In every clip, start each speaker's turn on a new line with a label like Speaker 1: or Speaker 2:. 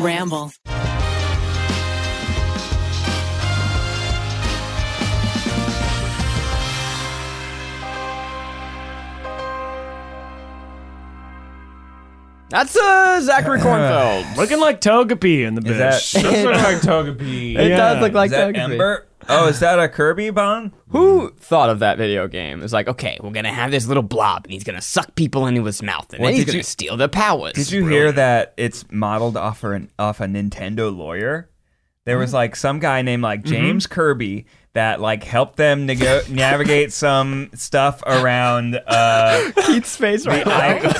Speaker 1: Ramble.
Speaker 2: That's uh, Zachary Cornfeld.
Speaker 3: Looking like Togepi in the bitch.
Speaker 4: That does look like Togepi.
Speaker 2: It
Speaker 3: Yeah.
Speaker 2: does look like
Speaker 4: Is that
Speaker 2: Togepi.
Speaker 4: Ember? Oh, is that a Kirby bomb?
Speaker 2: Who thought of that video game? It's like, okay, we're gonna have this little blob, and he's gonna suck people into his mouth, and
Speaker 4: Well,
Speaker 2: then he's
Speaker 4: did
Speaker 2: gonna
Speaker 4: you-
Speaker 2: steal their powers.
Speaker 4: Did you hear that it's modeled off an off a Nintendo lawyer? There was like some guy named like James Kirby that like helped them nego- navigate some stuff around uh
Speaker 2: Keith's face right
Speaker 4: I,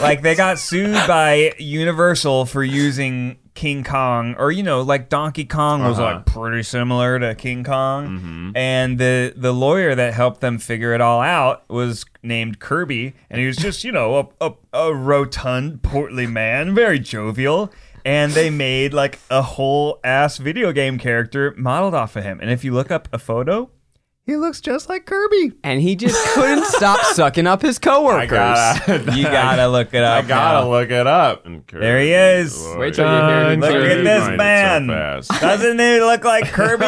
Speaker 4: like they got sued by Universal for using King Kong or you know like Donkey Kong was like pretty similar to King Kong and the the lawyer that helped them figure it all out was named Kirby and he was just you know a a, a rotund portly man very jovial and they made like a whole ass video game character modeled off of him and if you look up a photo he looks just like Kirby
Speaker 2: And he just couldn't stop sucking up his coworkers.
Speaker 4: you gotta look it
Speaker 5: I
Speaker 4: up
Speaker 5: gotta
Speaker 4: now.
Speaker 5: look it up. And
Speaker 4: There he is.
Speaker 2: Wait till you hear him
Speaker 3: Dun,
Speaker 4: Look
Speaker 3: Sorry,
Speaker 4: at
Speaker 3: you
Speaker 4: this man. Doesn't he look like Kirby?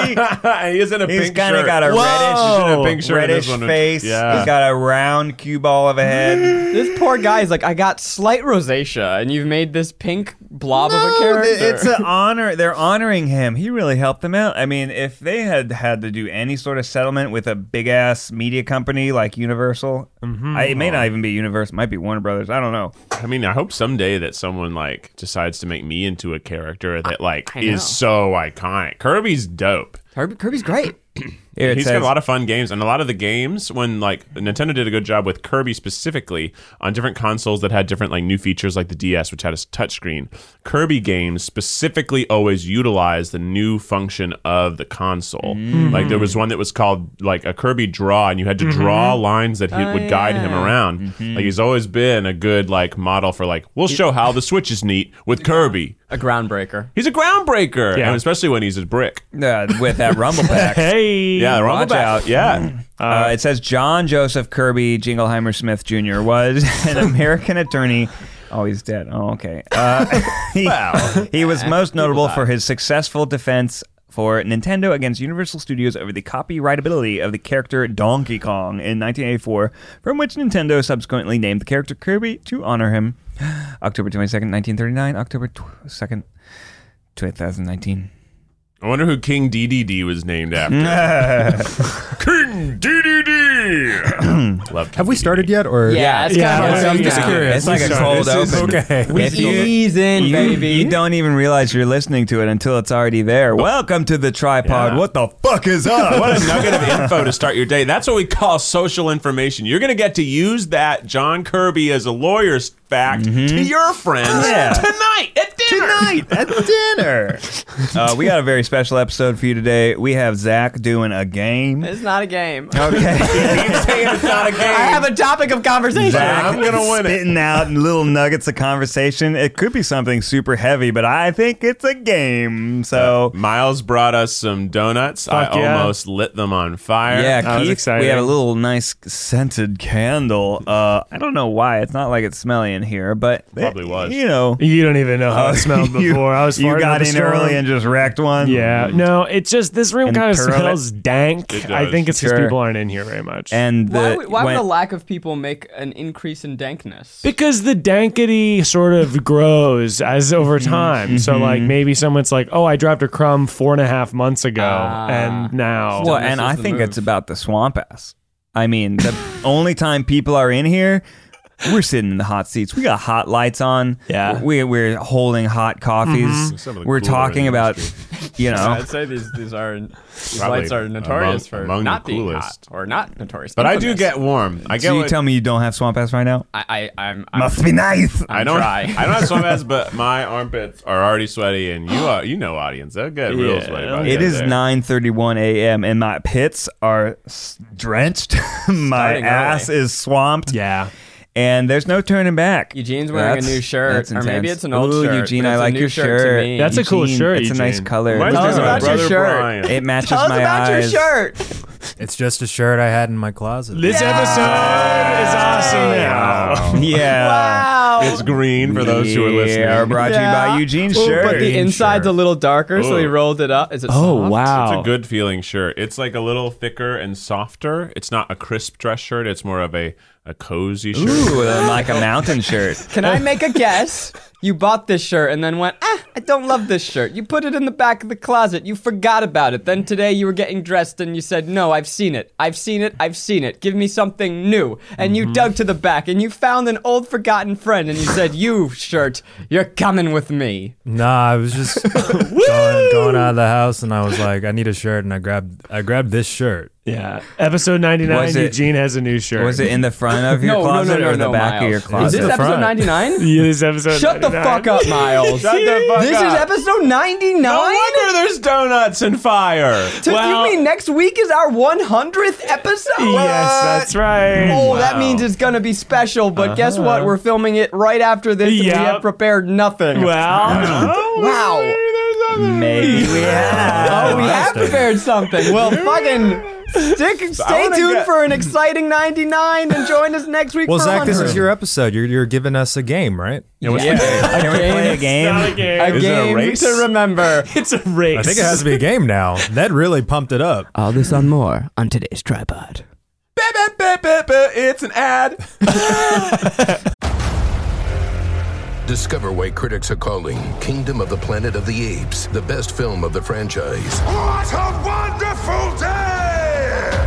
Speaker 5: He's in a
Speaker 4: He's
Speaker 5: pink shirt.
Speaker 4: kind of got a
Speaker 5: He's in a
Speaker 3: Whoa.
Speaker 5: pink
Speaker 4: reddish,
Speaker 5: shirt in this
Speaker 4: reddish
Speaker 5: one.
Speaker 4: face.
Speaker 5: Yeah.
Speaker 4: He's got a round cue ball of a head.
Speaker 2: This poor guy's like, I got slight rosacea, and you've made this pink blob of a
Speaker 4: No, th-
Speaker 2: character.
Speaker 4: it's an honor. They're honoring him. He really helped them out. I mean, if they had had to do any sort of settlement with a big ass media company like Universal,
Speaker 5: Mm-hmm.
Speaker 4: I, it may not even be Universal. It might be Warner Brothers. I don't know.
Speaker 5: I mean, I hope someday that someone like decides to make me into a character that like
Speaker 2: I know.
Speaker 5: is so iconic. Kirby's dope.
Speaker 2: Kirby- Kirby's great.
Speaker 4: Here it
Speaker 5: He's
Speaker 4: says,
Speaker 5: got a lot of fun games, and a lot of the games when like Nintendo did a good job with Kirby specifically on different consoles that had different like new features, like the DS, which had a s- touchscreen. Kirby games specifically always utilized the new function of the console. Like there was one that was called like a Kirby draw, and you had to draw lines that he, would guide him around. Like he's always been a good like model for like we'll show how the Switch is neat with Kirby.
Speaker 2: A groundbreaker.
Speaker 5: He's a groundbreaker,
Speaker 3: Yeah.
Speaker 5: and especially when he's a brick.
Speaker 4: uh, with that Rumble Pack.
Speaker 3: Hey.
Speaker 5: Yeah, the
Speaker 4: Watch
Speaker 5: Rumble
Speaker 4: out.
Speaker 5: Out. Yeah.
Speaker 4: Uh, it says John Joseph Kirby Jingleheimer Smith Jr. was an American attorney. Oh, he's dead. Oh, okay. Uh, he, he was most notable for his successful defense for Nintendo against Universal Studios over the copyrightability of the character Donkey Kong in 1984, from which Nintendo subsequently named the character Kirby to honor him. October 22nd, 1939. October 2nd, 2019.
Speaker 5: I wonder who King DDD was named after. King DDD. Love.
Speaker 6: Have we started yet? Or
Speaker 2: Yeah, it's
Speaker 3: Yeah,
Speaker 2: kind of
Speaker 3: yeah,
Speaker 2: I'm just
Speaker 3: yeah.
Speaker 2: curious.
Speaker 4: It's like a cold open.
Speaker 6: okay.
Speaker 2: We
Speaker 4: If you-
Speaker 2: ease in,
Speaker 4: You,
Speaker 2: baby.
Speaker 4: you don't even realize you're listening to it until it's already there. Welcome to the tripod.
Speaker 5: Yeah.
Speaker 4: What the fuck is
Speaker 5: Oh,
Speaker 4: up?
Speaker 5: what a nugget of info to start your day. That's what we call social information. You're going to get to use that John Kirby as a lawyer's fact to your friends
Speaker 4: Yeah.
Speaker 5: tonight at dinner.
Speaker 4: Tonight at dinner. Uh, we got a very special episode for you today. We have Zach doing a game.
Speaker 2: It's not a game.
Speaker 4: Okay.
Speaker 5: Keep saying it's not a game.
Speaker 2: I have a topic of conversation.
Speaker 4: Zach
Speaker 5: I'm gonna win it.
Speaker 4: spitting out little nuggets of conversation. It could be something super heavy, but I think it's a game. So
Speaker 5: Miles brought us some donuts.
Speaker 3: Fuck
Speaker 5: I
Speaker 3: yeah.
Speaker 5: almost lit them on fire.
Speaker 4: Yeah,
Speaker 3: That was
Speaker 4: Keith,
Speaker 3: exciting.
Speaker 4: we have a little nice scented candle. Uh, I don't know why. It's not like it's smelly in here, but it-
Speaker 5: Probably was.
Speaker 4: You know,
Speaker 3: You don't even know how it smelled before.
Speaker 4: Uh, Oh, you-
Speaker 3: I was farting
Speaker 4: you
Speaker 3: up
Speaker 4: got
Speaker 3: a
Speaker 4: in
Speaker 3: storm.
Speaker 4: early and just wrecked one.
Speaker 3: yeah, no, it's just this room
Speaker 4: And
Speaker 3: kind of
Speaker 4: curl it.
Speaker 3: smells dank.
Speaker 5: Mm. It
Speaker 3: I
Speaker 5: does.
Speaker 3: think it's just
Speaker 4: Sure.
Speaker 3: people aren't in here very much.
Speaker 4: and the,
Speaker 2: why would, why
Speaker 4: when-
Speaker 2: would a lack of people make an increase in dankness?
Speaker 3: because the dankity sort of grows as over
Speaker 4: Mm-hmm.
Speaker 3: time. So like maybe someone's like, "Oh, I dropped a crumb four and a half months ago,
Speaker 2: Ah.
Speaker 3: and now
Speaker 4: well,
Speaker 2: This
Speaker 4: and
Speaker 2: is
Speaker 4: I
Speaker 2: the
Speaker 4: think
Speaker 2: move.
Speaker 4: it's about the swamp ass. I mean, the only time people are in here. We're sitting in the hot seats. We got hot lights on.
Speaker 3: Yeah. Mm-hmm.
Speaker 4: we, we're holding hot coffees.
Speaker 5: Some of the
Speaker 4: We're
Speaker 5: cooler
Speaker 4: talking
Speaker 5: in the
Speaker 4: about, you know,
Speaker 2: say these these are these
Speaker 5: Probably among- among the coolest.
Speaker 2: or not notorious.
Speaker 5: But I do
Speaker 2: infamous.
Speaker 5: get warm. I get
Speaker 4: so you
Speaker 5: what-
Speaker 4: tell me you don't have swamp ass right now.
Speaker 2: I, I I'm, I'm
Speaker 4: Must be nice.
Speaker 5: I don't.
Speaker 2: dry.
Speaker 5: I don't have sweatpants, but my armpits are already sweaty, and you are. You know, audience, they'll get real
Speaker 3: Yeah.
Speaker 5: sweaty. By the
Speaker 4: It
Speaker 5: end
Speaker 4: is
Speaker 5: there.
Speaker 4: 9:31 a.m. and my pits are s- drenched. my
Speaker 2: Starting
Speaker 4: ass
Speaker 2: early.
Speaker 4: is swamped,
Speaker 3: yeah,
Speaker 4: and there's no turning back.
Speaker 2: Eugene's wearing a
Speaker 4: That's-
Speaker 2: new shirt,
Speaker 4: that's
Speaker 2: or maybe
Speaker 4: intense.
Speaker 2: it's an old
Speaker 4: Ooh,
Speaker 2: shirt.
Speaker 4: Eugene,
Speaker 2: but
Speaker 4: I
Speaker 2: it's a
Speaker 4: like
Speaker 2: new
Speaker 4: your
Speaker 2: shirt. To me.
Speaker 3: That's a cool
Speaker 4: Eugene,
Speaker 3: shirt,
Speaker 4: It's a nice
Speaker 3: Eugene.
Speaker 4: color.
Speaker 5: Mine's
Speaker 2: Tell us
Speaker 5: just my
Speaker 2: about your
Speaker 5: brother
Speaker 2: shirt.
Speaker 5: Brian.
Speaker 4: It matches
Speaker 2: Tell us
Speaker 4: my
Speaker 2: about
Speaker 4: eyes.
Speaker 2: your shirt.
Speaker 6: It's just a shirt I had in my closet.
Speaker 3: this episode is awesome. Now.
Speaker 4: Yeah.
Speaker 2: Wow.
Speaker 5: It's green for those who are
Speaker 4: They
Speaker 5: listening.
Speaker 4: are brought to you by Eugene's
Speaker 2: Well,
Speaker 4: shirt.
Speaker 2: But the
Speaker 5: Eugene
Speaker 2: inside's
Speaker 5: shirt.
Speaker 2: a little darker, so he
Speaker 5: Ooh.
Speaker 2: rolled it up. Is it
Speaker 3: Oh
Speaker 2: soft?
Speaker 3: wow!
Speaker 5: It's a good feeling shirt. It's like a little thicker and softer. It's not a crisp dress shirt. It's more of a, a cozy shirt.
Speaker 4: Ooh, like a mountain shirt.
Speaker 2: Can I make a guess? You bought this shirt and then went, ah, I don't love this shirt. You put it in the back of the closet. You forgot about it. Then today you were getting dressed and you said, No, I've seen it. I've seen it. I've seen it. Give me something new. And you dug to the back and you found an old forgotten friend and you said, You shirt, you're coming with me.
Speaker 6: Nah, I was just going, going out of the house, and I was like, I need a shirt, and I grabbed I grabbed this shirt.
Speaker 3: yeah, episode ninety nine.
Speaker 4: Was it-
Speaker 3: Eugene has a new shirt.
Speaker 4: Was it in the front of your
Speaker 2: No, no,
Speaker 4: closet
Speaker 2: no, no,
Speaker 4: or the
Speaker 2: no,
Speaker 4: back of
Speaker 2: Miles.
Speaker 4: your
Speaker 2: Is
Speaker 4: closet?
Speaker 2: this
Speaker 6: The
Speaker 2: episode
Speaker 6: front.
Speaker 2: 99?
Speaker 3: Yeah, this episode.
Speaker 2: Shut the
Speaker 3: 99.
Speaker 2: fuck up, Miles.
Speaker 5: Shut the fuck
Speaker 2: This is
Speaker 5: up.
Speaker 2: episode 99?
Speaker 5: No wonder there's donuts and fire.
Speaker 2: So you mean next week is our 100th episode?
Speaker 3: Yes, that's right.
Speaker 2: Oh, that means it's gonna be special. But guess
Speaker 4: Uh-huh.
Speaker 2: what? We're filming it right after this. and We
Speaker 3: Yep.
Speaker 2: have prepared nothing.
Speaker 3: Well,
Speaker 2: wow.
Speaker 4: Maybe we
Speaker 2: Oh, we have
Speaker 6: Fantastic.
Speaker 2: prepared something. Well, fucking stick, stay
Speaker 5: wanna
Speaker 2: tuned
Speaker 5: get-
Speaker 2: for an exciting 99 and join us next week
Speaker 6: Well,
Speaker 2: for
Speaker 6: Zach, this
Speaker 2: 100.
Speaker 6: is your episode. You're you're giving us a game, right?
Speaker 2: Yeah.
Speaker 4: Can we play a
Speaker 3: not
Speaker 4: game?
Speaker 3: a game.
Speaker 2: A
Speaker 5: it a
Speaker 2: game
Speaker 5: race?
Speaker 2: to remember.
Speaker 3: it's a race.
Speaker 6: I think it has to be a game now. That really pumped it up.
Speaker 2: All this and more on today's tripod.
Speaker 5: It's an ad.
Speaker 1: Discover why critics are calling Kingdom of the Planet of the Apes the best film of the franchise.
Speaker 7: What a wonderful day!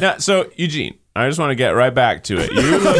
Speaker 5: Yeah, so Eugene, I just want to get right back to it. You look,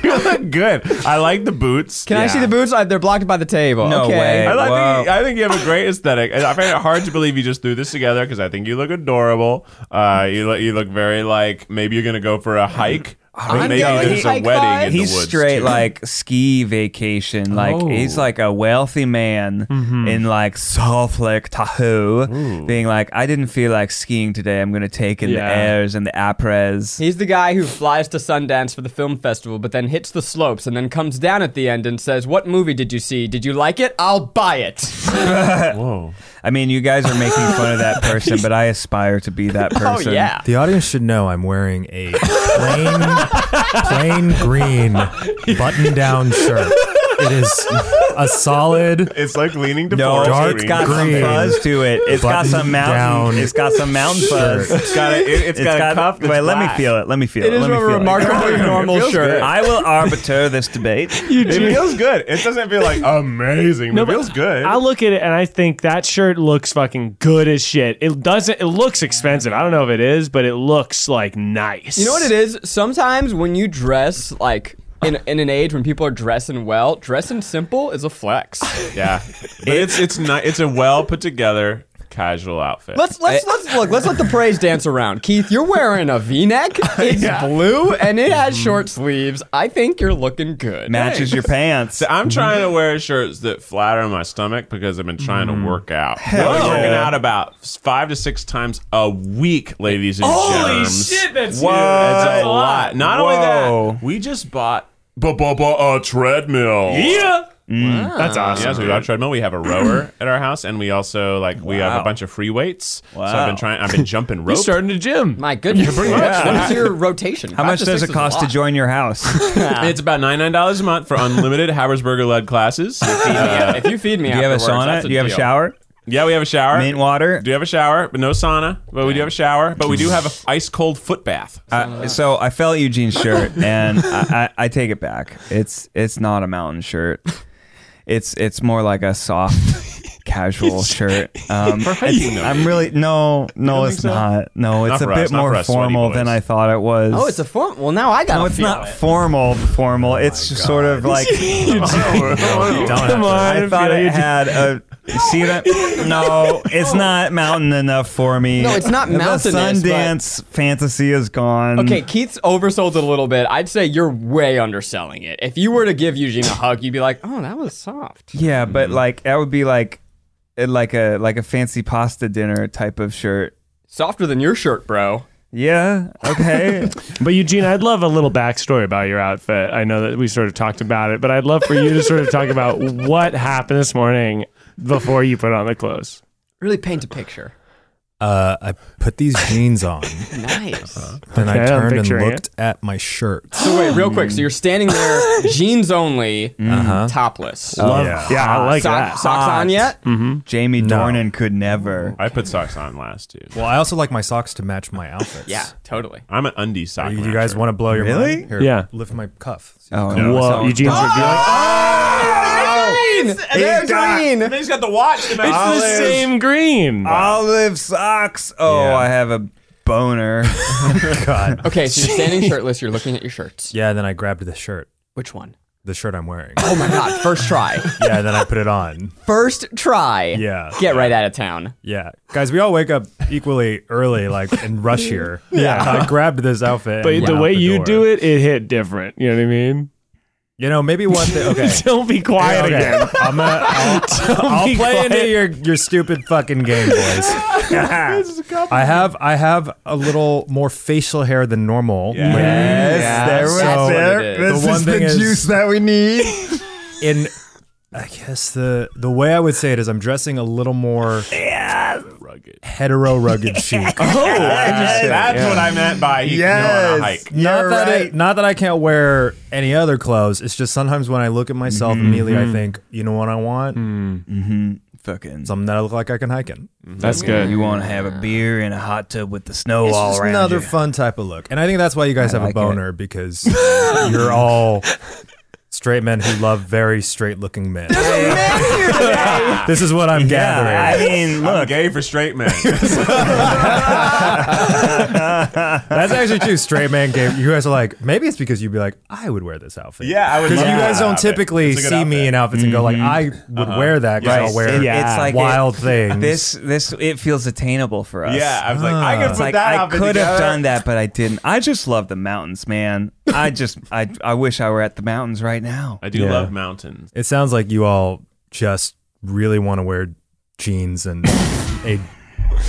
Speaker 5: you look, you look good. I like the boots.
Speaker 2: Can I see the boots? Uh, They're blocked by the table.
Speaker 4: No
Speaker 2: okay.
Speaker 4: way.
Speaker 5: I, like
Speaker 4: Wow.
Speaker 5: the, I think you have a great aesthetic, and I find it hard to believe you just threw this together because I think you look adorable. Uh, you look you look very like maybe you're gonna go for a hike. But maybe
Speaker 2: going
Speaker 5: there's a
Speaker 2: hike
Speaker 5: wedding
Speaker 2: five.
Speaker 5: in
Speaker 4: He's
Speaker 5: the woods.
Speaker 4: straight
Speaker 5: too.
Speaker 4: like ski vacation. Like he's like a wealthy man in like Salt Lake Tahoe, being like, I didn't feel like skiing today. I'm gonna take in
Speaker 3: Yeah.
Speaker 4: the airs and the apres.
Speaker 2: He's the guy who flies to Sundance for the film festival, but then hits the slopes and then comes down at the end and says, What movie did you see? Did you like it? I'll buy it.
Speaker 5: Whoa.
Speaker 4: I mean, you guys are making fun of that person, but I aspire to be that
Speaker 2: Oh,
Speaker 4: person.
Speaker 2: yeah.
Speaker 6: The audience should know I'm wearing a plain, plain green button-down shirt. It is a solid.
Speaker 5: It's like leaning to
Speaker 4: No,
Speaker 5: forest
Speaker 6: Dark
Speaker 4: it's got
Speaker 6: green.
Speaker 4: some fuzz to it. It's got some mountain.
Speaker 6: Button-down
Speaker 4: It's got some mountain
Speaker 6: shirt.
Speaker 4: fuzz.
Speaker 5: It's got a, it, has
Speaker 4: It's
Speaker 5: got,
Speaker 4: got.
Speaker 5: a cuff. that's
Speaker 4: wait, let me
Speaker 5: black.
Speaker 4: feel it. Let me feel it.
Speaker 2: It is
Speaker 4: let me
Speaker 2: a
Speaker 4: feel
Speaker 2: remarkably normal
Speaker 5: feels
Speaker 2: shirt.
Speaker 5: good.
Speaker 4: I will arbiter this debate.
Speaker 5: It feels good. It doesn't feel like amazing. but it feels good.
Speaker 3: I look at it and I think that shirt looks fucking good as shit. It doesn't. It looks expensive. I don't know if it is, but it looks like nice.
Speaker 2: You know what it is? Sometimes when you dress like in, in an age when people are dressing well, dressing simple is a flex.
Speaker 5: Yeah, but it's it's not. It's a well put together casual outfit.
Speaker 2: Let's let's let's look. Let's let the praise dance around. Keith, you're wearing a V-neck. It's blue and it has short sleeves. I think you're looking good.
Speaker 4: Matches your pants.
Speaker 5: I'm trying to wear shirts that flatter my stomach because I've been trying to work out. I've been working out about five to six times a week, ladies and
Speaker 3: Holy
Speaker 5: germs.
Speaker 3: shit! That's
Speaker 5: Whoa, that's a
Speaker 3: Whoa.
Speaker 5: lot. Not only
Speaker 4: Whoa.
Speaker 5: that, we just bought bu- bu- bu- a treadmill.
Speaker 3: Yeah. That's awesome.
Speaker 5: Yeah, so we got a treadmill. We have a rower at our house, and we also like we have a bunch of free weights. So I've
Speaker 4: Wow.
Speaker 5: been trying. I've been jumping rope.
Speaker 3: starting to gym.
Speaker 2: My goodness. What is your rotation?
Speaker 4: How much does it cost to join your house? Do
Speaker 5: It's about ninety nine dollars a month for unlimited Habsburger led classes. Uh,
Speaker 2: If you feed me,
Speaker 4: you have a
Speaker 2: afterwards,
Speaker 4: sauna?
Speaker 2: that's
Speaker 4: Do you have a
Speaker 2: deal.
Speaker 4: shower?
Speaker 5: yeah, we have a shower.
Speaker 4: Mint water?
Speaker 5: Do you have a shower? But no sauna. But we do have a shower. But we do have an ice cold foot bath.
Speaker 4: Uh, so I fell at Eugene's shirt, and I, I, I take it back. It's it's not a mountain shirt. It's it's more like a soft, casual shirt. Um,
Speaker 5: For hiking,
Speaker 4: it's-
Speaker 5: though,
Speaker 4: I'm
Speaker 5: maybe.
Speaker 4: really no no,
Speaker 5: don't
Speaker 4: it's
Speaker 5: think so?
Speaker 4: not. No, it's
Speaker 5: Not
Speaker 4: a
Speaker 5: for
Speaker 4: bit
Speaker 5: us, not
Speaker 4: more
Speaker 5: for us sweaty
Speaker 4: formal than
Speaker 5: boys.
Speaker 4: I thought it was.
Speaker 2: Oh, it's a form. Well, now I got
Speaker 4: no,
Speaker 2: to
Speaker 4: it's
Speaker 2: feel
Speaker 4: not
Speaker 2: it.
Speaker 4: formal. Formal. it's just sort of like
Speaker 3: Come on.
Speaker 4: I thought
Speaker 3: feel
Speaker 4: it
Speaker 3: you.
Speaker 4: had a. See that? No, it's not mountain enough for me.
Speaker 2: No, it's not
Speaker 4: The
Speaker 2: mountainous, but-
Speaker 4: Sundance fantasy is gone.
Speaker 2: Okay, Keith's oversold it a little bit. I'd say you're way underselling it. If you were to give Eugene a hug, you'd be like, "Oh, that was soft."
Speaker 4: Yeah, but like that would be like like a like a fancy pasta dinner type of shirt.
Speaker 2: Softer than your shirt, bro.
Speaker 4: Yeah. Okay.
Speaker 3: But Eugene, I'd love a little backstory about your outfit. I know that we sort of talked about it, but I'd love for you to sort of talk about what happened this morning before you put on the clothes.
Speaker 2: Really paint a picture.
Speaker 6: Uh, I put these jeans on,
Speaker 2: Nice.
Speaker 6: then
Speaker 3: Okay,
Speaker 6: I
Speaker 3: I'm
Speaker 6: turned and
Speaker 3: picturing it.
Speaker 6: looked at my shirt.
Speaker 2: Uh-huh. So wait, real quick. So you're standing there, jeans only,
Speaker 6: Uh-huh.
Speaker 2: topless. Uh,
Speaker 3: Love,
Speaker 6: yeah.
Speaker 3: yeah. I like
Speaker 2: Sock-
Speaker 3: that.
Speaker 2: Socks on yet?
Speaker 4: Jamie Dornan could never.
Speaker 5: I put socks on last too.
Speaker 6: Well, I also like my socks to match my outfits.
Speaker 2: Yeah, totally.
Speaker 5: I'm an undies sock.
Speaker 6: Are You, you guys want to blow your
Speaker 4: Really?
Speaker 6: mind? Here,
Speaker 3: Yeah.
Speaker 6: Lift my cuff.
Speaker 4: Oh,
Speaker 3: Whoa, Eugene's revealing.
Speaker 2: Oh, Green! They're green! It's
Speaker 5: He's got the watch. The
Speaker 3: It's the same green.
Speaker 4: Oh, Olive socks. Oh,
Speaker 6: Yeah.
Speaker 4: I have a boner.
Speaker 6: God.
Speaker 2: Okay, so you're standing shirtless, you're looking at your shirts.
Speaker 6: Yeah, then I grabbed the shirt,
Speaker 2: Which one?
Speaker 6: the shirt I'm wearing.
Speaker 2: Oh my god, first try.
Speaker 6: yeah, then I put it on.
Speaker 2: First try.
Speaker 6: Yeah.
Speaker 2: Get right out of town.
Speaker 6: Yeah. Guys, we all wake up equally early, like, and rush here. Yeah. I grabbed this outfit.
Speaker 3: But
Speaker 6: and
Speaker 3: the
Speaker 6: went out
Speaker 3: way
Speaker 6: the
Speaker 3: you
Speaker 6: door.
Speaker 3: do it, it hit different. You know what I mean?
Speaker 6: you know, maybe one thing. Okay.
Speaker 3: Don't be quiet
Speaker 6: Okay.
Speaker 3: again.
Speaker 6: I'm gonna, I'll, I'll
Speaker 3: Oh, be
Speaker 6: play into
Speaker 3: quiet.
Speaker 6: your, your stupid fucking game, boys. I have I have a little more facial hair than normal.
Speaker 4: yes, there we
Speaker 2: that's what
Speaker 4: there.
Speaker 2: it
Speaker 6: is.
Speaker 4: This
Speaker 6: The one
Speaker 4: is the
Speaker 6: thing is-
Speaker 4: juice that we need.
Speaker 6: And I guess the the way I would say it is I'm dressing a little more
Speaker 5: rugged.
Speaker 6: hetero rugged chic.
Speaker 5: that's what I meant by you know, on a
Speaker 4: Yes.
Speaker 5: hike.
Speaker 6: not
Speaker 4: You're
Speaker 6: that
Speaker 4: right.
Speaker 6: I, not that I can't wear any other clothes. It's just sometimes when I look at myself
Speaker 4: Mm-hmm.
Speaker 6: immediately, I think, you know what I want?
Speaker 4: Mm. Fucking.
Speaker 6: Something that I look like I can hike in.
Speaker 3: That's good.
Speaker 4: You want to have a beer in a hot tub with the snow
Speaker 6: It's
Speaker 4: all
Speaker 6: just
Speaker 4: around
Speaker 6: another
Speaker 4: you.
Speaker 6: fun type of look, and I think that's why you guys have
Speaker 4: like it.
Speaker 6: a boner because you're all straight men who love very straight looking men. this is what I'm
Speaker 4: yeah, I
Speaker 6: gathering.
Speaker 4: mean,
Speaker 5: I'm
Speaker 4: look,
Speaker 5: gay for straight men.
Speaker 6: That's actually true. Straight man game. You guys are like, maybe it's because you'd be like, I would wear this outfit.
Speaker 5: yeah, I would.
Speaker 6: Because
Speaker 5: love
Speaker 6: you
Speaker 5: that
Speaker 6: guys don't
Speaker 5: outfit.
Speaker 6: typically
Speaker 5: It's a
Speaker 6: see
Speaker 5: good
Speaker 6: me in
Speaker 5: outfit.
Speaker 6: outfits and go like, I would wear that because
Speaker 5: Yes.
Speaker 6: I'll wear
Speaker 3: Yeah. It's like
Speaker 6: wild things.
Speaker 4: This, this, it feels attainable for us.
Speaker 5: Yeah, I was like,
Speaker 6: Ah.
Speaker 5: I could
Speaker 4: It's
Speaker 5: put
Speaker 4: like
Speaker 5: that
Speaker 4: I
Speaker 5: outfit
Speaker 4: could have
Speaker 5: together.
Speaker 4: done that, but I didn't. I just love the mountains, man. I just, I, I wish I were at the mountains right now.
Speaker 5: I do
Speaker 6: Yeah.
Speaker 5: love mountains.
Speaker 6: It sounds like you all just really want to wear jeans and a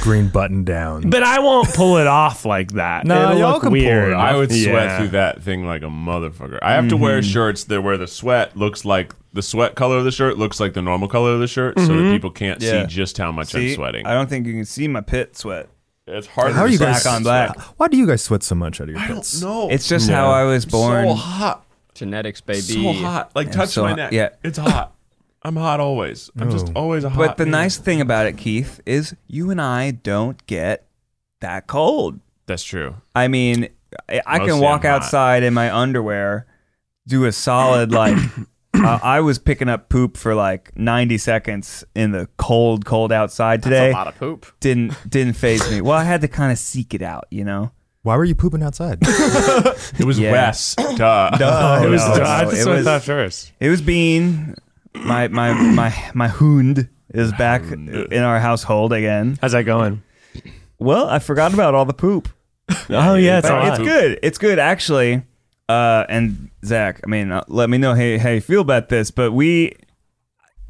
Speaker 6: green button down.
Speaker 3: But I won't pull it off like that.
Speaker 6: No,
Speaker 3: It'll
Speaker 6: y'all
Speaker 3: look
Speaker 6: can pull it
Speaker 3: weird.
Speaker 6: off.
Speaker 5: I would sweat
Speaker 3: Yeah.
Speaker 5: through that thing like a motherfucker. I have to wear shirts that where the sweat looks like the sweat color of the shirt looks like the normal color of the shirt, so that people can't
Speaker 4: Yeah.
Speaker 5: Mm-hmm. see just how much
Speaker 4: See,
Speaker 5: I'm sweating.
Speaker 4: I don't think you can see my pit sweat.
Speaker 5: it's hard.
Speaker 6: How are
Speaker 5: to
Speaker 6: you
Speaker 5: see.
Speaker 6: guys
Speaker 4: Black on black.
Speaker 6: Why do you guys sweat so much out of your pits?
Speaker 5: No,
Speaker 4: It's just how I was born.
Speaker 5: Oh. so hot,
Speaker 2: Genetics, baby.
Speaker 5: so hot. Like touch
Speaker 4: so
Speaker 5: my
Speaker 4: hot.
Speaker 5: neck.
Speaker 4: Yeah. Oh.
Speaker 5: it's hot. I'm hot always. I'm just always a hot.
Speaker 4: But the
Speaker 5: man.
Speaker 4: nice thing about it, Keith, is you and I don't get that cold.
Speaker 5: That's true.
Speaker 4: I mean, I, I can
Speaker 5: Mostly
Speaker 4: walk
Speaker 5: I'm not.
Speaker 4: outside in my underwear, do a solid like. uh, I was picking up poop for like 90 seconds in the cold, cold outside today.
Speaker 2: A lot of poop.
Speaker 4: Didn't didn't phase me. Well, I had to kind of seek it out, you know.
Speaker 6: Why were you pooping outside?
Speaker 5: It was
Speaker 4: Yeah.
Speaker 5: Wes. Duh.
Speaker 4: Oh,
Speaker 3: It was.
Speaker 4: no,
Speaker 3: I
Speaker 4: no,
Speaker 3: just
Speaker 4: it
Speaker 3: went
Speaker 4: was-
Speaker 3: that first.
Speaker 4: It was Bean. My my my my hound is back in our household again.
Speaker 3: How's that going?
Speaker 4: Well, I forgot about all the poop.
Speaker 3: Oh yeah, it's,
Speaker 4: But
Speaker 3: a lot.
Speaker 4: it's good. It's good actually. Uh, and Zach, I mean, uh, let me know how, how you feel about this, but we.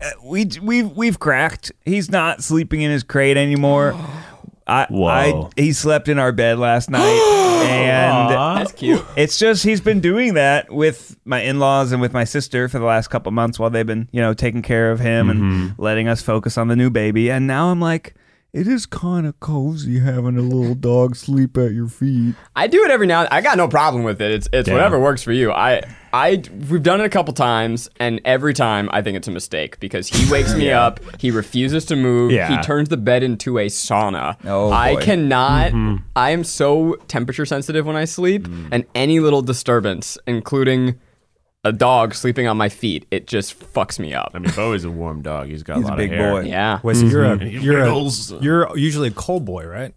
Speaker 4: uh, We we've we've cracked. He's not sleeping in his crate anymore. I, I
Speaker 3: Whoa.
Speaker 4: he slept in our bed last night, and
Speaker 2: That's cute.
Speaker 4: it's just he's been doing that with my in-laws and with my sister for the last couple months while they've been you know taking care of him and letting us focus on the new baby and now i'm like it is kind of cozy having a little dog sleep at your feet
Speaker 2: I do it every now. and I got no problem with it. It's it's whatever works for you. I I we've done it a couple times, and every time I think it's a mistake because he wakes me up. He refuses to move.
Speaker 3: Yeah.
Speaker 2: He turns the bed into a sauna.
Speaker 4: Oh,
Speaker 2: I
Speaker 4: boy.
Speaker 2: cannot. I am so temperature sensitive when I sleep, and any little disturbance, including a dog sleeping on my feet, it just fucks me up.
Speaker 5: I mean, Bowie's a warm dog. He's got
Speaker 4: He's
Speaker 5: a
Speaker 4: a
Speaker 5: lot
Speaker 4: big
Speaker 5: of hair.
Speaker 4: boy.
Speaker 2: yeah.
Speaker 6: Wes, you're
Speaker 4: Mm-hmm.
Speaker 6: a,
Speaker 5: He
Speaker 6: you're a,
Speaker 5: wriggles.
Speaker 6: you're usually a cold boy, right?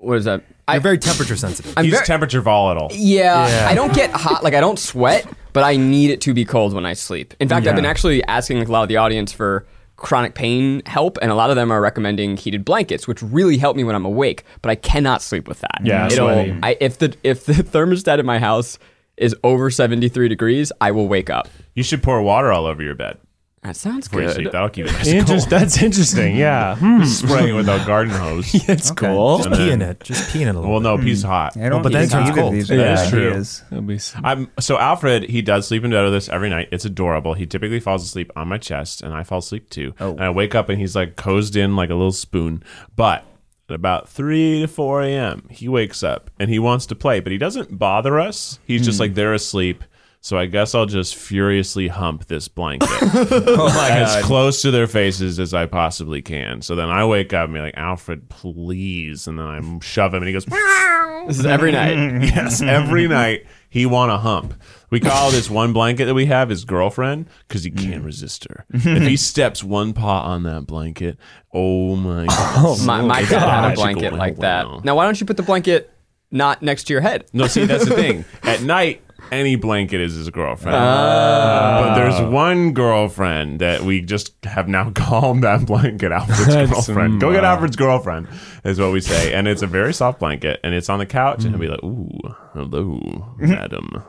Speaker 2: What is that? I,
Speaker 6: You're very temperature sensitive.
Speaker 2: I'm
Speaker 5: He's
Speaker 2: very-
Speaker 5: temperature volatile.
Speaker 2: Yeah,
Speaker 6: Yeah.
Speaker 2: I don't get hot. Like I don't sweat, but I need it to be cold when I sleep. In fact, I've been actually asking like a lot of the audience for chronic pain help, and a lot of them are recommending heated blankets, which really help me when I'm awake. But I cannot sleep with that.
Speaker 3: Yeah,
Speaker 2: it'll.
Speaker 3: sweaty.
Speaker 2: I, if the if the thermostat in my house is over 73 degrees, I will wake up.
Speaker 5: You should pour water all over your bed.
Speaker 2: That sounds
Speaker 5: before you
Speaker 2: good.
Speaker 5: sleep. That'll keep you nice and
Speaker 3: Inter-
Speaker 5: cold.
Speaker 3: That's interesting. Yeah. Hmm.
Speaker 5: Spraying with a garden hose.
Speaker 3: It's cool.
Speaker 6: Just pee in it. Just pee in it a little.
Speaker 5: Well, no, peas hot.
Speaker 4: Mm. I don't
Speaker 6: but then
Speaker 4: use
Speaker 6: it turns
Speaker 4: either of
Speaker 6: cold.
Speaker 4: these
Speaker 5: It is true.
Speaker 4: ideas.
Speaker 3: It'll be s-
Speaker 5: I'm so Alfred. He does sleep in bed with us every night. It's adorable. He typically falls asleep on my chest, and I fall asleep too.
Speaker 4: Oh.
Speaker 5: And I wake up, and he's like cozed in like a little spoon. But at about three to four a.m., he wakes up and he wants to play, but he doesn't bother us. He's
Speaker 4: Hmm.
Speaker 5: just like they're asleep. So I guess I'll just furiously hump this blanket
Speaker 4: Oh my
Speaker 5: as
Speaker 4: god.
Speaker 5: close to their faces as I possibly can. So then I wake up and be like, Alfred, please, and then I shove him, and he goes.
Speaker 2: This is every night.
Speaker 5: Yes, every night he want a hump. We call this one blanket that we have his girlfriend because he
Speaker 2: Mm.
Speaker 5: can't resist her. If he steps one paw on that blanket, oh my god!
Speaker 2: My, my
Speaker 5: It's
Speaker 2: dad had a
Speaker 5: magical
Speaker 2: blanket
Speaker 5: and
Speaker 2: like that.
Speaker 5: wow.
Speaker 2: Now, why don't you put the blanket not next to your head?
Speaker 5: No, see that's the thing. At night, any blanket is his girlfriend.
Speaker 2: Ah.
Speaker 5: But there's one girlfriend that we just have now called that blanket Alfred's girlfriend. Go get Alfred's girlfriend is what we say, and it's a very soft blanket, and it's on the couch, and he'll be like, "Ooh, hello,
Speaker 2: Mm-hmm.
Speaker 5: madam."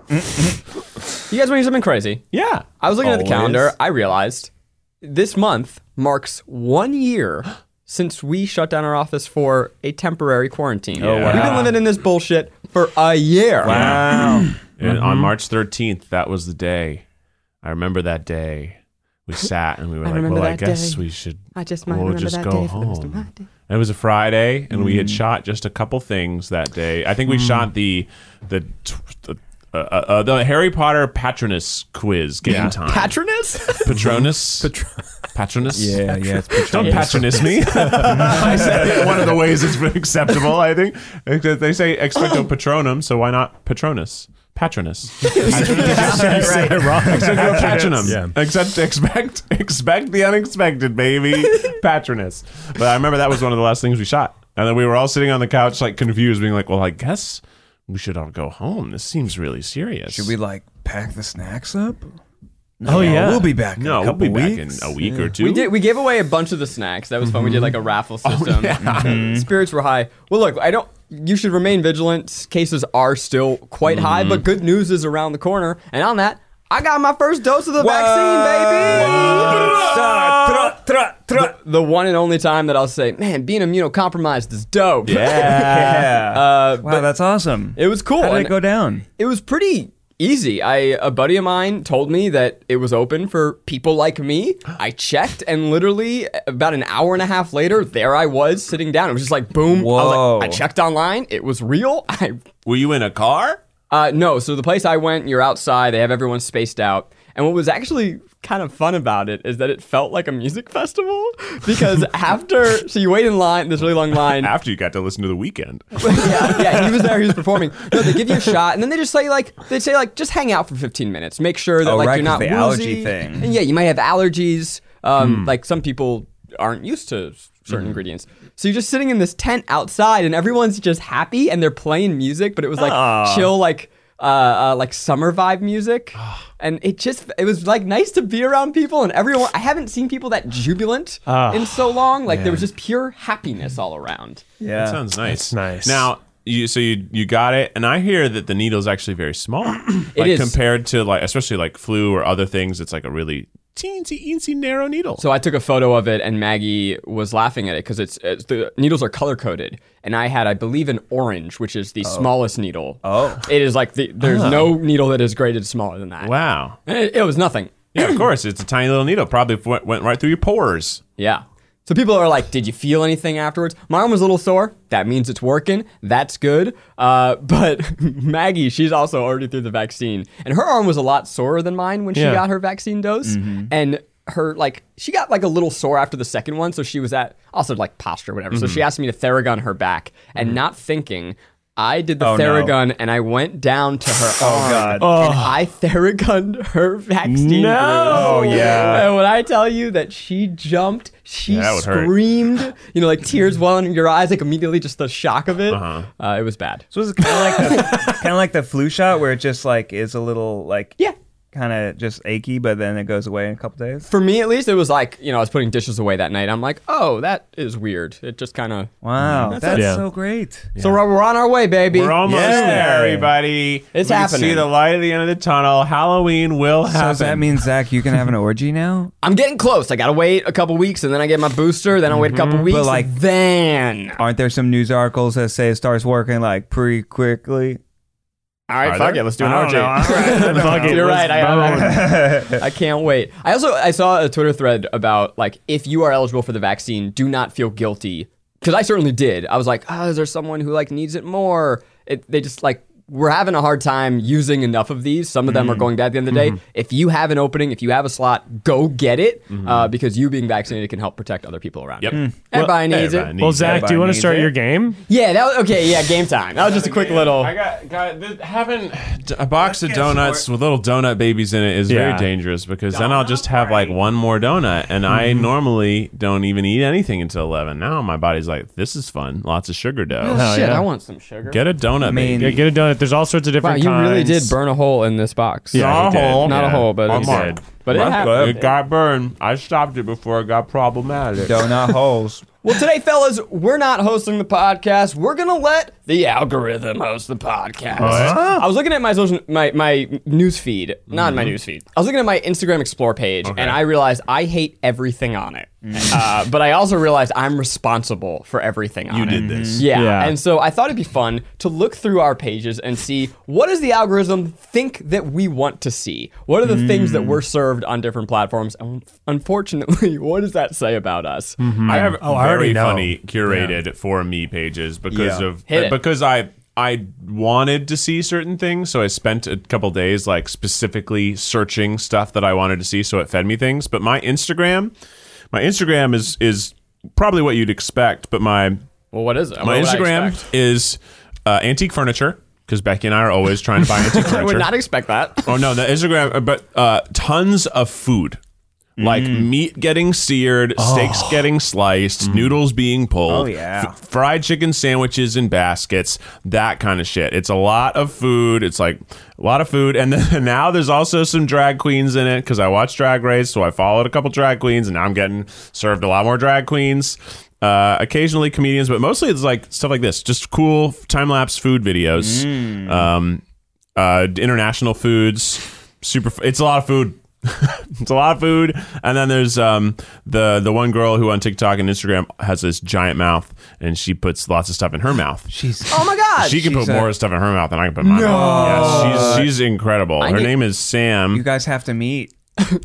Speaker 2: You guys want to hear something crazy?
Speaker 5: Yeah.
Speaker 2: I was looking at the
Speaker 5: Always.
Speaker 2: calendar. I realized this month marks one year since we shut down our office for a temporary quarantine.
Speaker 5: Oh, wow.
Speaker 2: We've been living in this bullshit for a year.
Speaker 4: Wow.
Speaker 5: And on March 13th, that was the day. I remember that day. We sat and we were like,
Speaker 8: remember
Speaker 5: well, I
Speaker 8: that
Speaker 5: guess
Speaker 8: day.
Speaker 5: we should,
Speaker 8: I just might
Speaker 5: we'll
Speaker 8: remember
Speaker 5: just
Speaker 8: that
Speaker 5: go
Speaker 8: day for the rest of my
Speaker 5: home.
Speaker 8: day.
Speaker 5: And it was a Friday, and we had shot just a couple things that day. I think we shot the the t- the, uh, uh, uh, the Harry Potter Patronus quiz game time.
Speaker 2: Patronus?
Speaker 5: Patronus. Patronus.
Speaker 4: Yeah, yeah. It's
Speaker 5: Don't patronize me. I said it one of the ways it's been acceptable, I think. Except They say expecto patronum, so why not patronus? Patronus.
Speaker 4: right.
Speaker 5: Execto patronum.
Speaker 6: Yeah.
Speaker 5: Except expect expect the unexpected, baby. patronus. But I remember that was one of the last things we shot. And then we were all sitting on the couch like confused, being like, Well, I guess we should all go home. This seems really serious.
Speaker 4: Should we like pack the snacks up?
Speaker 3: Oh yeah.
Speaker 4: We'll be back.
Speaker 5: No,
Speaker 4: in a
Speaker 5: we'll be
Speaker 4: couple
Speaker 5: back in
Speaker 4: weeks.
Speaker 5: a week or two.
Speaker 2: We did. We gave away a bunch of the snacks. That was fun. We
Speaker 5: Mm-hmm.
Speaker 2: did like a raffle
Speaker 5: Oh,
Speaker 2: system. Spirits were high. Well, look, I don't. You should remain vigilant. Cases are still quite high,
Speaker 5: Mm-hmm.
Speaker 2: but good news is around the corner. And on that, I got my first dose of the vaccine, baby.
Speaker 4: Tra- tra- tra-
Speaker 2: The one and only time that I'll say, man, being immunocompromised is dope.
Speaker 4: Yeah.
Speaker 2: Uh,
Speaker 4: wow, that's awesome.
Speaker 2: it was cool.
Speaker 4: How did
Speaker 2: and-
Speaker 4: it go down?
Speaker 2: it was pretty easy. I a buddy of mine told me that it was open for people like me. I checked, and literally about an hour and a half later, there I was sitting down. It was just like boom. I, was
Speaker 4: Whoa.
Speaker 2: like, I checked online. It was real. I
Speaker 5: Were you in a car?
Speaker 2: uh, no. So the place I went, you're outside. They have everyone spaced out. And what was actually kind of fun about it is that it felt like a music festival because after so you wait in line, this really long line.
Speaker 5: After you got to listen to the weekend.
Speaker 2: yeah, yeah, he was there. He was performing. No, they give you a shot, and then they just say like they say like just hang out for 15 minutes. Make sure that
Speaker 4: Oh,
Speaker 2: like
Speaker 4: right,
Speaker 2: you're not
Speaker 4: 'cause the
Speaker 2: woozy.
Speaker 4: allergy thing. Hmm.
Speaker 2: And yeah, you might have allergies. Um, Like some people aren't used to certain ingredients, so you're just sitting in this tent outside, and everyone's just happy and they're playing music, but it was like
Speaker 4: Ah.
Speaker 2: chill, like. Uh, uh, like summer vibe music,
Speaker 4: Ah.
Speaker 2: and it just it was like nice to be around people and everyone. I haven't seen people that jubilant
Speaker 4: Ah.
Speaker 2: in so long. Like there was just pure happiness all around.
Speaker 4: Yeah.
Speaker 5: That sounds nice.
Speaker 3: That's nice.
Speaker 5: Now, you so you you got it, and I hear that the needle's actually very small. like
Speaker 2: is.
Speaker 5: compared to like especially like flu or other things. It's like a really teensy eensy narrow needle.
Speaker 2: So I took a photo of it, and Maggie was laughing at it because it's, it's the needles are color coded, and I had, I believe, an orange, which is the smallest needle.
Speaker 4: Oh.
Speaker 2: it is like the, there's no needle that is graded smaller than that.
Speaker 5: wow.
Speaker 2: And it, it was nothing.
Speaker 5: Yeah, of course. It's a tiny little needle. Probably went, went right through your pores.
Speaker 2: Yeah. So people are like, "Did you feel anything afterwards?" My arm was a little sore. That means it's working. That's good. Uh, but Maggie, she's also already through the vaccine, and her arm was a lot sorer than mine when she
Speaker 3: Yeah.
Speaker 2: got her vaccine dose. And her like, she got like a little sore after the second one, so she was at also like posture whatever. So she asked me to theragun her back, and not thinking. I did the
Speaker 4: Oh, no.
Speaker 2: theragun and I went down to her arm
Speaker 4: God.
Speaker 2: and I theragunned her vaccine.
Speaker 3: No.
Speaker 2: bruise.
Speaker 3: Oh,
Speaker 4: yeah.
Speaker 2: And when I tell you that she jumped, she
Speaker 5: Yeah, that would hurt.
Speaker 2: screamed, you know, like tears well in your eyes, like immediately just the shock of it. uh it was bad.
Speaker 4: So it's kind of like the kind of like the flu shot where it just like is a little like
Speaker 2: Yeah.
Speaker 4: kind of just achy, but then it goes away in a couple days.
Speaker 2: For me, at least, it was like you know I was putting dishes away that night. I'm like, oh, that is weird. It just kind of.
Speaker 4: Wow, that's
Speaker 3: Yeah.
Speaker 4: so great.
Speaker 2: So we're, we're on our way, baby.
Speaker 5: We're almost
Speaker 4: Yeah.
Speaker 5: there, everybody.
Speaker 2: It's
Speaker 5: We can
Speaker 2: happening.
Speaker 5: See the light at the end of the tunnel. Halloween will
Speaker 4: So
Speaker 5: happen.
Speaker 4: does that mean Zach, you can have an orgy now?
Speaker 2: I'm getting close. I gotta wait a couple weeks, and then I get my booster. Then I wait a couple weeks.
Speaker 4: like-
Speaker 2: then.
Speaker 4: Aren't there some news articles that say it starts working like pretty quickly?
Speaker 2: All right,
Speaker 5: Are
Speaker 2: fuck
Speaker 5: there?
Speaker 2: it. Let's do an
Speaker 3: I
Speaker 2: orgy.
Speaker 3: don't know. Fuck it,
Speaker 2: You're
Speaker 3: let's
Speaker 2: right. I,
Speaker 3: bone.
Speaker 2: I- I can't wait. I also I saw a Twitter thread about like if you are eligible for the vaccine, do not feel guilty because I certainly did. I was like, oh, is there someone who like needs it more? It, they just like we're having a hard time using enough of these. Some of them are going bad at the end of the day. If you have an opening, if you have a slot, go get it uh, because you being vaccinated can help protect other people around.
Speaker 5: Yep.
Speaker 2: you.
Speaker 5: Mm.
Speaker 2: Everybody needs
Speaker 5: Everybody
Speaker 2: it.
Speaker 5: needs
Speaker 3: Well, Zach, do
Speaker 4: Everybody
Speaker 3: you want to
Speaker 4: needs
Speaker 3: start
Speaker 4: it.
Speaker 3: your game?
Speaker 2: yeah. That was, okay. Yeah. Game time. That was just a quick little.
Speaker 5: I got, got th- having d- a box of donuts with little donut babies in it is
Speaker 3: Yeah.
Speaker 5: very dangerous because then I'll just have like one more donut, and I normally don't even eat anything until eleven. Now my body's like, this is fun, lots of sugar dough.
Speaker 2: Oh, shit,
Speaker 3: yeah.
Speaker 2: I want some sugar.
Speaker 5: Get a donut,
Speaker 4: mean,
Speaker 5: baby.
Speaker 3: Yeah, get it done. There's all sorts of
Speaker 2: Wow,
Speaker 3: different
Speaker 2: you really did
Speaker 3: kinds.
Speaker 2: burn a hole in this box.
Speaker 3: Yeah,
Speaker 5: Not
Speaker 3: he
Speaker 5: a
Speaker 3: did.
Speaker 5: hole.
Speaker 2: Not a
Speaker 3: Yeah.
Speaker 2: hole, but
Speaker 5: On
Speaker 2: it's-
Speaker 5: mark.
Speaker 2: But it
Speaker 5: Right.
Speaker 2: happened.
Speaker 5: It got burned. I stopped it before it got problematic.
Speaker 4: Donut holes.
Speaker 2: Well, today, fellas, we're not hosting the podcast. We're gonna let the algorithm host the podcast. I was looking at my social, my my news feed, not
Speaker 5: Mm-hmm.
Speaker 2: my news feed. I was looking at my Instagram Explore page, and I realized I hate everything on it.
Speaker 5: Mm.
Speaker 2: Uh, but I also realized I'm responsible for everything on
Speaker 5: You
Speaker 2: it.
Speaker 5: did this.
Speaker 2: Yeah.
Speaker 3: Yeah.
Speaker 2: And so I thought it'd be fun to look through our pages and see what does the algorithm think that we want to see? What are the things
Speaker 5: Mm.
Speaker 2: that we're served on different platforms? And unfortunately, what does that say about us?
Speaker 5: Mm-hmm. I have
Speaker 6: Oh, I
Speaker 5: very
Speaker 6: already know.
Speaker 5: funny curated for me pages because
Speaker 4: Yeah.
Speaker 5: of
Speaker 2: Hit it.
Speaker 5: because I I wanted to see certain things, so I spent a couple days like specifically searching stuff that I wanted to see, so it fed me things. But my Instagram, my Instagram is is probably what you'd expect, but my
Speaker 2: Well, what is it?
Speaker 5: my
Speaker 2: What would I
Speaker 5: Instagram
Speaker 2: expect?
Speaker 5: is uh, antique furniture because Becky and I are always trying to buy antique furniture.
Speaker 2: I would not expect that.
Speaker 5: Oh no, the Instagram, uh, but uh, tons of food. Like
Speaker 4: Mm.
Speaker 5: meat getting seared, steaks getting sliced, noodles being pulled,
Speaker 4: Oh, yeah.
Speaker 5: fried chicken sandwiches in baskets, that kind of shit. It's a lot of food. It's like a lot of food, and then now there's also some drag queens in it because I watch Drag Race, so I followed a couple drag queens, and now I'm getting served a lot more drag queens. Uh, occasionally comedians, but mostly it's like stuff like this, just cool time lapse food videos. Um, uh, international foods, super. It's a lot of food. it's a lot of food, and then there's um, the the one girl who on TikTok and Instagram has this giant mouth, and she puts lots of stuff in her mouth.
Speaker 4: She's
Speaker 2: Oh my god!
Speaker 5: she can put
Speaker 4: she's a-
Speaker 5: more stuff in her mouth than I can put in my mouth. Yeah, she's she's incredible. her
Speaker 2: need-
Speaker 5: name is
Speaker 4: you
Speaker 5: Sam.
Speaker 4: guys have to meet.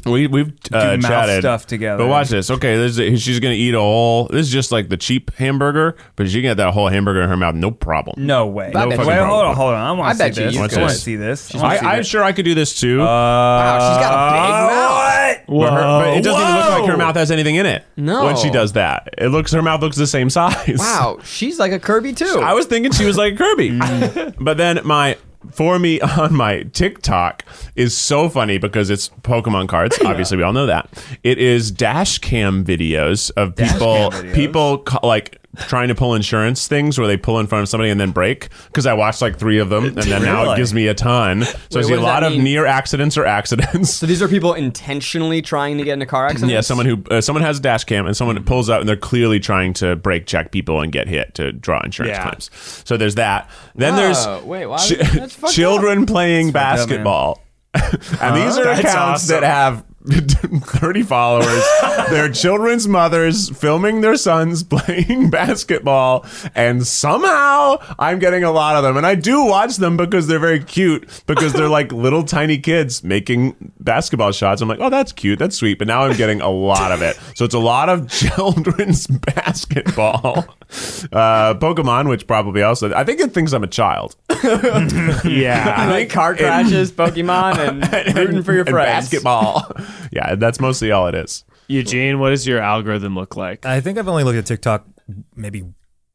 Speaker 5: We we've uh,
Speaker 4: mouth
Speaker 5: chatted
Speaker 4: stuff together.
Speaker 5: But watch this. Okay, this is, she's gonna eat a whole. This is just like the cheap hamburger, but she can get that whole hamburger in her mouth, no problem.
Speaker 4: No way.
Speaker 2: No
Speaker 4: Wait,
Speaker 2: fucking
Speaker 4: wait, hold
Speaker 5: problem.
Speaker 4: on, hold on. I
Speaker 2: I
Speaker 4: want to see
Speaker 2: bet you
Speaker 4: this.
Speaker 2: you
Speaker 5: Watch
Speaker 4: I want to
Speaker 5: this.
Speaker 4: see this.
Speaker 5: I, I'm sure I could do this too.
Speaker 4: Uh,
Speaker 2: wow, she's got a big mouth.
Speaker 5: But, her, but it doesn't even look like
Speaker 4: Whoa!
Speaker 5: her mouth has anything in it.
Speaker 2: No.
Speaker 5: When she does that, it looks her mouth looks the same size.
Speaker 2: Wow, she's like a Kirby too.
Speaker 5: I was thinking she was like a Kirby.
Speaker 2: Mm.
Speaker 5: but then my for me on my TikTok is so funny because it's Pokemon cards. Obviously, we all know that. It is dash cam videos of people
Speaker 4: videos.
Speaker 5: people ca- like trying to pull insurance things where they pull in front of somebody and then break because I watched like 3 of them and then now it
Speaker 4: Really?
Speaker 5: gives me a ton. So I
Speaker 2: Wait,
Speaker 5: see
Speaker 2: what
Speaker 5: a
Speaker 2: does
Speaker 5: lot
Speaker 2: that
Speaker 5: of
Speaker 2: mean?
Speaker 5: near accidents or accidents.
Speaker 2: so these are people intentionally trying to get in a car accident.
Speaker 5: Yeah, someone who uh, someone has a dash cam and
Speaker 2: Mm-hmm.
Speaker 5: someone pulls out and they're clearly trying to brake check people and get hit to draw insurance
Speaker 3: Yeah.
Speaker 5: claims. So there's that. Then
Speaker 2: Oh,
Speaker 5: there's
Speaker 2: wait, why?
Speaker 5: chi-
Speaker 2: that's fucked
Speaker 5: children playing
Speaker 4: fucked up, man.
Speaker 5: basketball, and these are
Speaker 3: That's
Speaker 5: accounts
Speaker 3: awesome.
Speaker 5: that have. 30 followers. They're children's mothers filming their sons playing basketball, and somehow I'm getting a lot of them. And I do watch them because they're very cute, because they're like little tiny kids making basketball shots. I'm like, oh, that's cute. That's sweet. But now I'm getting a lot of it. So it's a lot of children's basketball. Uh, Pokemon, which probably also, I think it thinks I'm a child.
Speaker 3: Yeah.
Speaker 2: up. Like car crashes, Pokemon, and rooting for your
Speaker 5: And
Speaker 2: friends.
Speaker 5: basketball. yeah, that's mostly all it is.
Speaker 3: Eugene, what does your algorithm look like?
Speaker 6: I think I've only looked at TikTok maybe.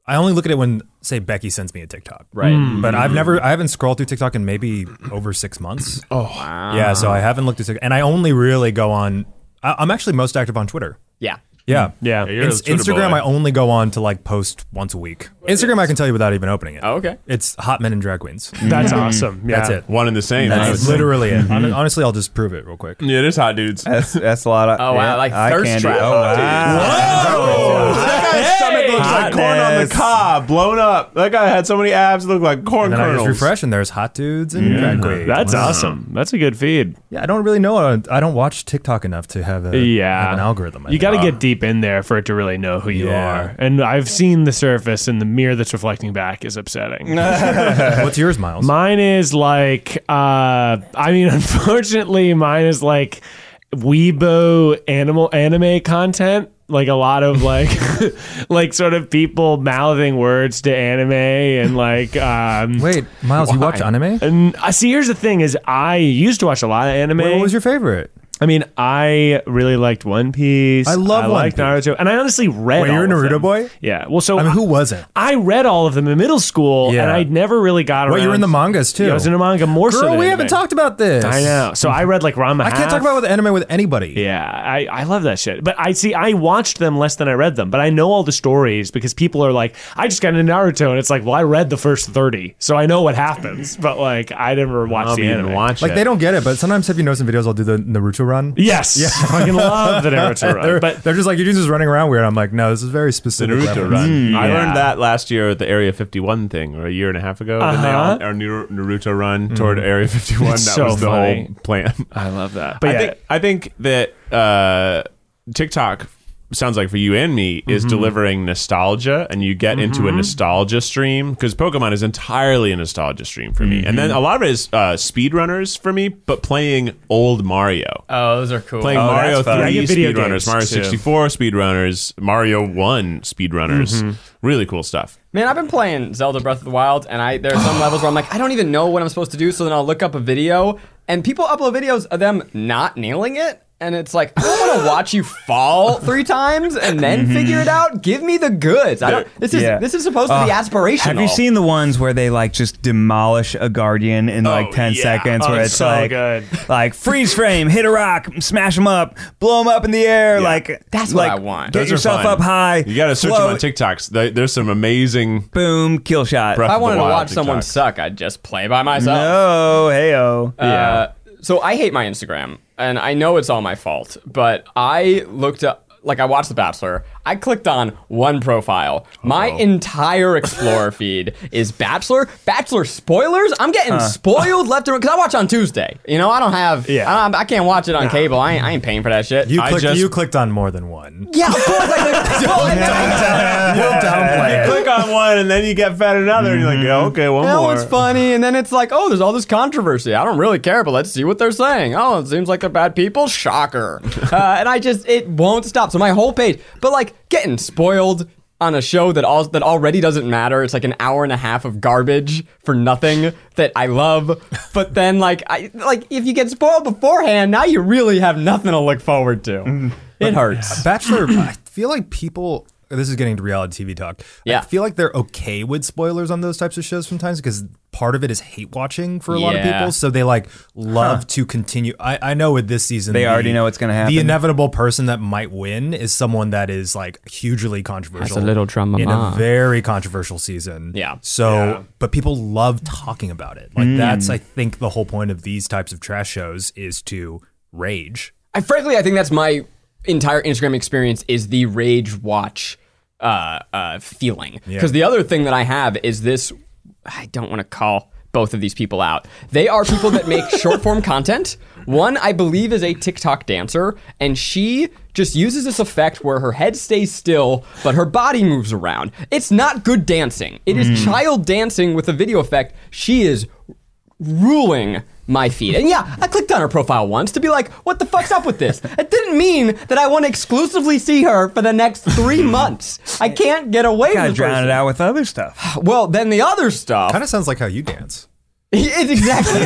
Speaker 6: I only look at it when, say, Becky sends me a TikTok.
Speaker 2: Right.
Speaker 4: Hmm.
Speaker 6: But I've never, I haven't scrolled through TikTok in maybe over six months. Oh, wow. Yeah, so I haven't looked at TikTok. And I only really go on, I, I'm actually most active on Twitter.
Speaker 2: Yeah.
Speaker 4: Hmm.
Speaker 6: Yeah.
Speaker 3: Yeah.
Speaker 5: Yeah, you're
Speaker 6: Ins-
Speaker 5: a Twitter
Speaker 6: Instagram,
Speaker 5: boy.
Speaker 6: I only go on to like post once a week. Instagram, I can tell you without even opening it.
Speaker 2: Oh, okay.
Speaker 6: It's hot men and drag queens.
Speaker 3: That's awesome. Yeah. Mm-hmm.
Speaker 6: That's it.
Speaker 5: One and the same. I would
Speaker 6: That's
Speaker 5: say.
Speaker 6: literally it. Hon- Honestly, I'll just prove it real quick.
Speaker 5: Yeah, it is hot dudes.
Speaker 4: That's that's a lot of.
Speaker 2: Oh, wow,
Speaker 4: yeah,
Speaker 2: like
Speaker 4: eye
Speaker 2: thirst
Speaker 4: candy.
Speaker 2: trap.
Speaker 4: Oh wow!
Speaker 5: That guy's stomach looks like corn on the
Speaker 4: Hotness.
Speaker 5: cob, blown up. That guy had so many abs, looked like corn
Speaker 6: And then I
Speaker 5: kernels.
Speaker 6: just refresh, and there's hot dudes and drag queens.
Speaker 3: Mm. That's
Speaker 6: Wow.
Speaker 3: awesome. That's a good feed.
Speaker 6: Yeah, I don't really know. I don't- I don't watch TikTok enough to have, a,
Speaker 3: Yeah.
Speaker 6: have an algorithm. I
Speaker 3: You
Speaker 6: think.
Speaker 3: got to get deep in there for it to really know who you
Speaker 6: Yeah.
Speaker 3: are. And I've seen the surface, and the mirror that's reflecting back is upsetting.
Speaker 6: What's yours, Miles?
Speaker 3: Mine is like, uh, I mean, unfortunately, mine is like Weibo animal anime content. Like a lot of like, like sort of people mouthing words to anime and like, um,
Speaker 6: Wait, Miles, you watch anime?
Speaker 3: and I see. Here's the thing: is I used to watch a lot of anime.
Speaker 6: What was your favorite?
Speaker 3: I mean, I really liked One Piece.
Speaker 6: I love
Speaker 3: I
Speaker 6: One
Speaker 3: liked
Speaker 6: Piece.
Speaker 3: Naruto, and I honestly read.
Speaker 6: Wait, you're
Speaker 3: all
Speaker 6: a
Speaker 3: of
Speaker 6: Naruto
Speaker 3: them.
Speaker 6: boy?
Speaker 3: Yeah. Well, so
Speaker 6: I mean, who wasn't?
Speaker 3: I read all of them in middle school,
Speaker 6: Yeah.
Speaker 3: and I never really got around.
Speaker 6: Well, you were in the mangas too.
Speaker 3: Yeah, I was in the manga more so.
Speaker 6: Girl,
Speaker 3: than
Speaker 6: we
Speaker 3: anime.
Speaker 6: haven't talked about this.
Speaker 3: I know. So I read like Rama.
Speaker 6: I can't talk about with anime with anybody.
Speaker 3: Yeah, I, I love that shit. But I see, I watched them less than I read them, but I know all the stories because people are like, I just got into Naruto, and it's like, well, I read the first 30, so I know what happens, but like, I never watched the anime.
Speaker 6: Like they don't get it, but sometimes have you noticed in videos I'll do the Naruto run?
Speaker 3: Yes. Yeah. I fucking love the Naruto
Speaker 6: they're,
Speaker 3: run. But
Speaker 6: they're just like, you're just running around weird. I'm like, no, this is very
Speaker 5: The
Speaker 6: specific.
Speaker 5: Naruto
Speaker 6: reference.
Speaker 5: run. Mm, I
Speaker 3: yeah.
Speaker 5: learned that last year at the Area 51 thing, or a year and a half ago. And they
Speaker 6: Uh-huh.
Speaker 5: all, our Nar- Naruto
Speaker 6: Mm.
Speaker 5: run toward Area 51.
Speaker 3: It's
Speaker 5: that
Speaker 3: so
Speaker 5: was the
Speaker 3: funny.
Speaker 5: whole plan.
Speaker 3: I love that. But
Speaker 5: I
Speaker 3: yeah,
Speaker 5: think I think that uh, TikTok sounds like for you and me is delivering nostalgia, and you get into a nostalgia stream because Pokemon is entirely a nostalgia stream for me, and then a lot of it is uh, speedrunners for me, but playing old Mario.
Speaker 2: Oh, those are cool.
Speaker 5: Playing
Speaker 2: Oh,
Speaker 5: Mario
Speaker 4: that's fun.
Speaker 3: Yeah, I
Speaker 5: 3
Speaker 3: get video
Speaker 5: speedrunners,
Speaker 3: games,
Speaker 5: Mario
Speaker 3: too.
Speaker 5: 64 speedrunners, Mario 1 speedrunners. Really cool stuff.
Speaker 2: Man, I've been playing Zelda Breath of the Wild, and I there are some levels where I'm like, I don't even know what I'm supposed to do. So then I'll look up a video, and people upload videos of them not nailing it, and it's like, I don't want to watch you fall three times and then figure it out. Give me the goods. I don't, this is
Speaker 4: Mm-hmm. Yeah.
Speaker 2: this is supposed to be aspirational.
Speaker 4: Have you seen the ones where they like just demolish a guardian in like ten
Speaker 5: yeah.
Speaker 4: seconds?
Speaker 3: Oh,
Speaker 4: Where
Speaker 3: it's
Speaker 4: it's
Speaker 3: so
Speaker 4: like,
Speaker 3: good.
Speaker 4: like freeze frame, hit a rock, smash them up, blow them up in the air. Like
Speaker 2: That's what
Speaker 4: like,
Speaker 2: I want.
Speaker 4: Get
Speaker 5: Those are
Speaker 4: yourself
Speaker 5: fun.
Speaker 4: up high.
Speaker 5: You got to search them on
Speaker 4: float,
Speaker 5: TikToks. They- There's some amazing.
Speaker 4: Boom, kill shot.
Speaker 5: Breath
Speaker 2: If I
Speaker 5: of the
Speaker 2: wanted to
Speaker 5: Wild
Speaker 2: watch someone
Speaker 5: TikTok.
Speaker 2: suck, I'd just play by myself.
Speaker 4: No, heyo.
Speaker 2: Uh, so I hate my Instagram, and I know it's all my fault, but I looked up. Like I watched The Bachelor, I clicked on one profile. My
Speaker 5: Oh.
Speaker 2: entire Explorer feed is Bachelor, Bachelor spoilers. I'm getting spoiled left and right because I watch on Tuesday. You know, I don't have,
Speaker 3: Yeah.
Speaker 2: I, don't- I can't watch it on cable. I ain't, I ain't paying for that shit.
Speaker 6: You
Speaker 5: I
Speaker 6: clicked,
Speaker 5: just-
Speaker 6: you clicked on more than one.
Speaker 2: yeah, of course. I clicked- well, and then I-
Speaker 6: We'll downplay it.
Speaker 5: Click on one and then you get fed another, and you're like,
Speaker 4: Mm-hmm.
Speaker 5: "Yeah, okay, one
Speaker 2: That
Speaker 5: more.
Speaker 2: one's funny, and then it's like, oh, there's all this controversy. I don't really care, but let's see what they're saying. Oh, it seems like they're bad people. Shocker. uh, and I just, it won't stop. So my whole page, but like getting spoiled on a show that all that already doesn't matter. It's like an hour and a half of garbage for nothing that I love. But then like, I like if you get spoiled beforehand, now you really have nothing to look forward
Speaker 5: Mm-hmm.
Speaker 2: to. It hurts.
Speaker 6: Bachelor, I feel like people. This is getting to reality TV talk.
Speaker 2: Yeah.
Speaker 6: I feel like they're okay with spoilers on those types of shows sometimes because part of it is hate watching for a lot of
Speaker 2: Yeah.
Speaker 6: people. So they like love to continue. I, I know with this season,
Speaker 4: They already know what's gonna happen.
Speaker 6: The inevitable person that might win is someone that is like hugely
Speaker 2: a
Speaker 6: controversial.
Speaker 2: little drama
Speaker 6: in
Speaker 2: ma.
Speaker 6: a very controversial season.
Speaker 2: Yeah.
Speaker 6: So, but people love talking about it. Like
Speaker 4: Mm.
Speaker 6: that's I think the whole point of these types of trash shows is to rage.
Speaker 2: I frankly, I think that's my entire Instagram experience is the rage watch uh, uh, feeling. Because the other thing that I have is this. I don't want to call both of these people out. They are people that make short form content. One, I believe, is a TikTok dancer, and she just uses this effect where her head stays still, but her body moves around. It's not good dancing. It is child dancing with a video effect. She is ruling my feed. And yeah, I clicked on her profile once to be like, what the fuck's up with this? It didn't mean that I want to exclusively see her for the next three months. I can't get away
Speaker 4: Gotta
Speaker 2: with
Speaker 4: drown it out with other stuff.
Speaker 2: out. Well, then the other stuff.
Speaker 6: Kind of sounds like how you dance.
Speaker 2: it's exactly.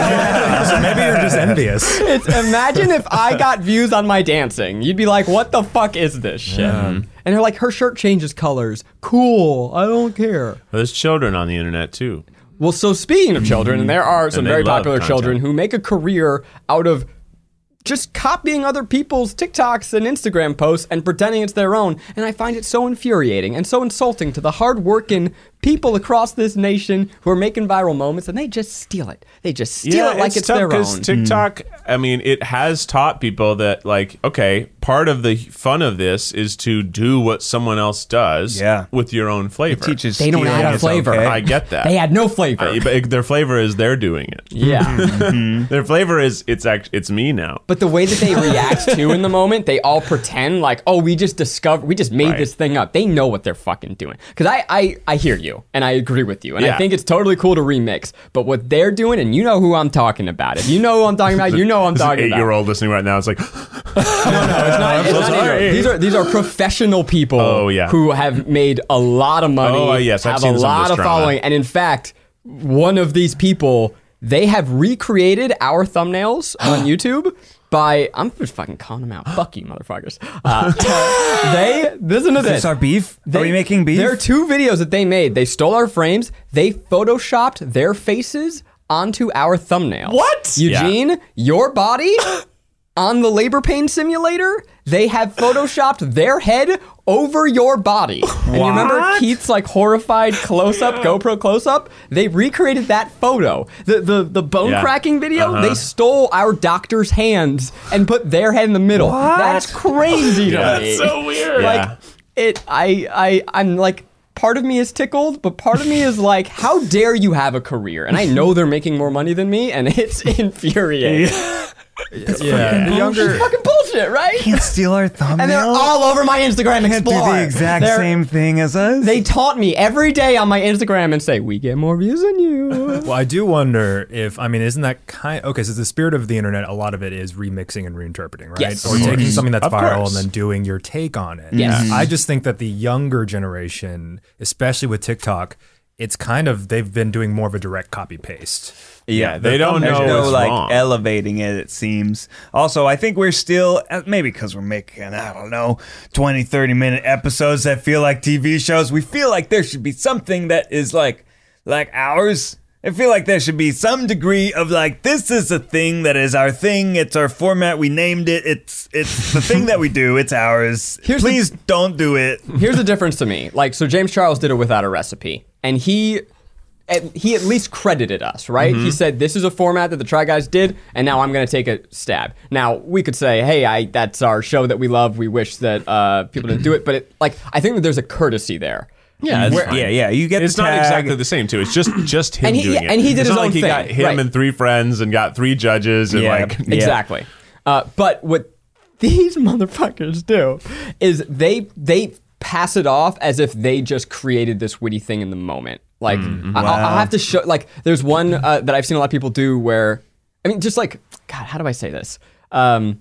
Speaker 6: so maybe you're just envious.
Speaker 2: it's imagine if I got views on my dancing. You'd be like, what the fuck is this shit? And they're like, her shirt changes colors. Cool. I don't care.
Speaker 5: There's children on the internet too.
Speaker 2: Well, so speaking of children, and there are some
Speaker 5: Mm-hmm. they
Speaker 2: very
Speaker 5: love
Speaker 2: popular
Speaker 5: content.
Speaker 2: children who make a career out of just copying other people's TikToks and Instagram posts and pretending it's their own. And I find it so infuriating and so insulting to the hardworking people across this nation who are making viral moments and they just steal it. They just steal it like it's,
Speaker 5: tough
Speaker 2: their
Speaker 5: 'cause
Speaker 2: own.
Speaker 5: TikTok, I mean, it has taught people that like, okay, part of the fun of this is to do what someone else does,
Speaker 4: Yeah.
Speaker 5: with your own flavor.
Speaker 4: Teaches
Speaker 2: They don't
Speaker 4: stealing
Speaker 2: add a
Speaker 4: is
Speaker 2: flavor.
Speaker 4: okay.
Speaker 5: I get that. Uh,
Speaker 2: they had no flavor.
Speaker 5: I- but their flavor is they're doing
Speaker 2: Mm-hmm.
Speaker 5: it.
Speaker 2: yeah.
Speaker 5: Mm-hmm. Their flavor is it's act, it's me now.
Speaker 2: But the way that they react to in the moment, they all pretend like, oh, we just discovered, we just made
Speaker 5: Right.
Speaker 2: this thing up. They know what they're fucking doing. Because I, I, I hear you and I agree with you. And I
Speaker 5: Yeah.
Speaker 2: think it's totally cool to remix. But what they're doing, and you know who I'm talking about. If you know who I'm talking about, you know who I'm
Speaker 5: This is
Speaker 2: talking
Speaker 5: eight
Speaker 2: about.
Speaker 5: year old listening right now. It's like
Speaker 2: It's not- it's
Speaker 5: so
Speaker 2: not either.
Speaker 5: sorry.
Speaker 2: These are these are professional people
Speaker 5: Oh, yeah.
Speaker 2: who have made a lot of money,
Speaker 5: Oh, yes, I've
Speaker 2: have a
Speaker 5: seen some of
Speaker 2: lot
Speaker 5: this
Speaker 2: of
Speaker 5: drama.
Speaker 2: following, and in fact, one of these people they have recreated our thumbnails on YouTube by I'm just fucking calling them out. Fuck you, motherfuckers. Uh, they listen to
Speaker 4: Is
Speaker 2: this.
Speaker 4: this our beef?
Speaker 2: They-
Speaker 4: Are we making beef?
Speaker 2: There are two videos that they made. They stole our frames. They photoshopped their faces onto our thumbnails.
Speaker 3: What?
Speaker 2: Eugene, your body on the labor pain simulator. They have photoshopped their head over your body. And you remember
Speaker 3: What?
Speaker 2: Keith's like horrified close up, GoPro close up? They recreated that photo. The the, the bone
Speaker 5: Yeah.
Speaker 2: cracking video,
Speaker 5: Uh-huh.
Speaker 2: they stole our doctor's hands and put their head in the middle. That's crazy to
Speaker 5: Yeah.
Speaker 2: me.
Speaker 5: That's so weird.
Speaker 2: Like
Speaker 5: Yeah.
Speaker 2: it I I I'm like part of me is tickled, but part of me is like, how dare you have a career? And I know they're making more money than me, and it's infuriating.
Speaker 6: Yeah.
Speaker 4: the younger
Speaker 2: Fucking bullshit, right?
Speaker 4: can't steal our thumbnail.
Speaker 2: And they're all over my Instagram
Speaker 4: can't do
Speaker 2: Explorer.
Speaker 4: the exact
Speaker 2: They're-
Speaker 4: same thing as us.
Speaker 2: They taunt me every day on my Instagram and say, "We get more views than you."
Speaker 6: Well, I do wonder if I mean, isn't that kind? Okay, so the spirit of the internet, a lot of it is remixing and reinterpreting, right?
Speaker 2: Yes.
Speaker 6: or
Speaker 2: Of
Speaker 6: taking
Speaker 5: course.
Speaker 6: something that's
Speaker 5: Of
Speaker 6: viral
Speaker 5: course.
Speaker 6: and then doing your take on it.
Speaker 2: Yes. Mhm.
Speaker 6: I just think that the younger generation, especially with TikTok, it's kind of they've been doing more of a direct copy paste.
Speaker 5: yeah, they don't
Speaker 4: There's
Speaker 5: know
Speaker 4: no
Speaker 5: what's
Speaker 4: like
Speaker 5: wrong.
Speaker 4: elevating it. It seems. Also, I think we're still uh, maybe because we're making I don't know 20, 30 minute episodes that feel like TV shows. We feel like there should be something that is like like ours. I feel like there should be some degree of like this is a thing that is our thing. It's our format. We named it. It's it's the thing that we do. It's ours.
Speaker 2: Here's the-
Speaker 4: Please don't do it.
Speaker 2: Here's the difference to me. Like, so James Charles did it without a recipe, and he. At, he at least credited us, right? He said this is a format that the Try Guys did, and now I'm going to take a stab. Now we could say, "Hey, I that's our show that we love. We wish that uh, people didn't do it," but it, like I think that there's a courtesy there.
Speaker 5: yeah, it's
Speaker 4: Where-
Speaker 5: fine.
Speaker 4: yeah, yeah, you get
Speaker 5: It's
Speaker 4: the
Speaker 5: not
Speaker 4: tag.
Speaker 5: exactly the same too. It's just just him
Speaker 2: And he-
Speaker 5: doing
Speaker 2: yeah,
Speaker 5: it.
Speaker 2: and he did his
Speaker 5: it's not
Speaker 2: own
Speaker 5: like he
Speaker 2: thing.
Speaker 5: got him
Speaker 2: Right.
Speaker 5: and three friends and got three judges and
Speaker 4: Yeah.
Speaker 5: like
Speaker 4: Yeah.
Speaker 2: Exactly. Uh, but what these motherfuckers do is they they pass it off as if they just created this witty thing in the moment. Like I, I'll, I'll have to show. Like there's one uh, that I've seen a lot of people do where I mean, just like God, how do I say this? Um,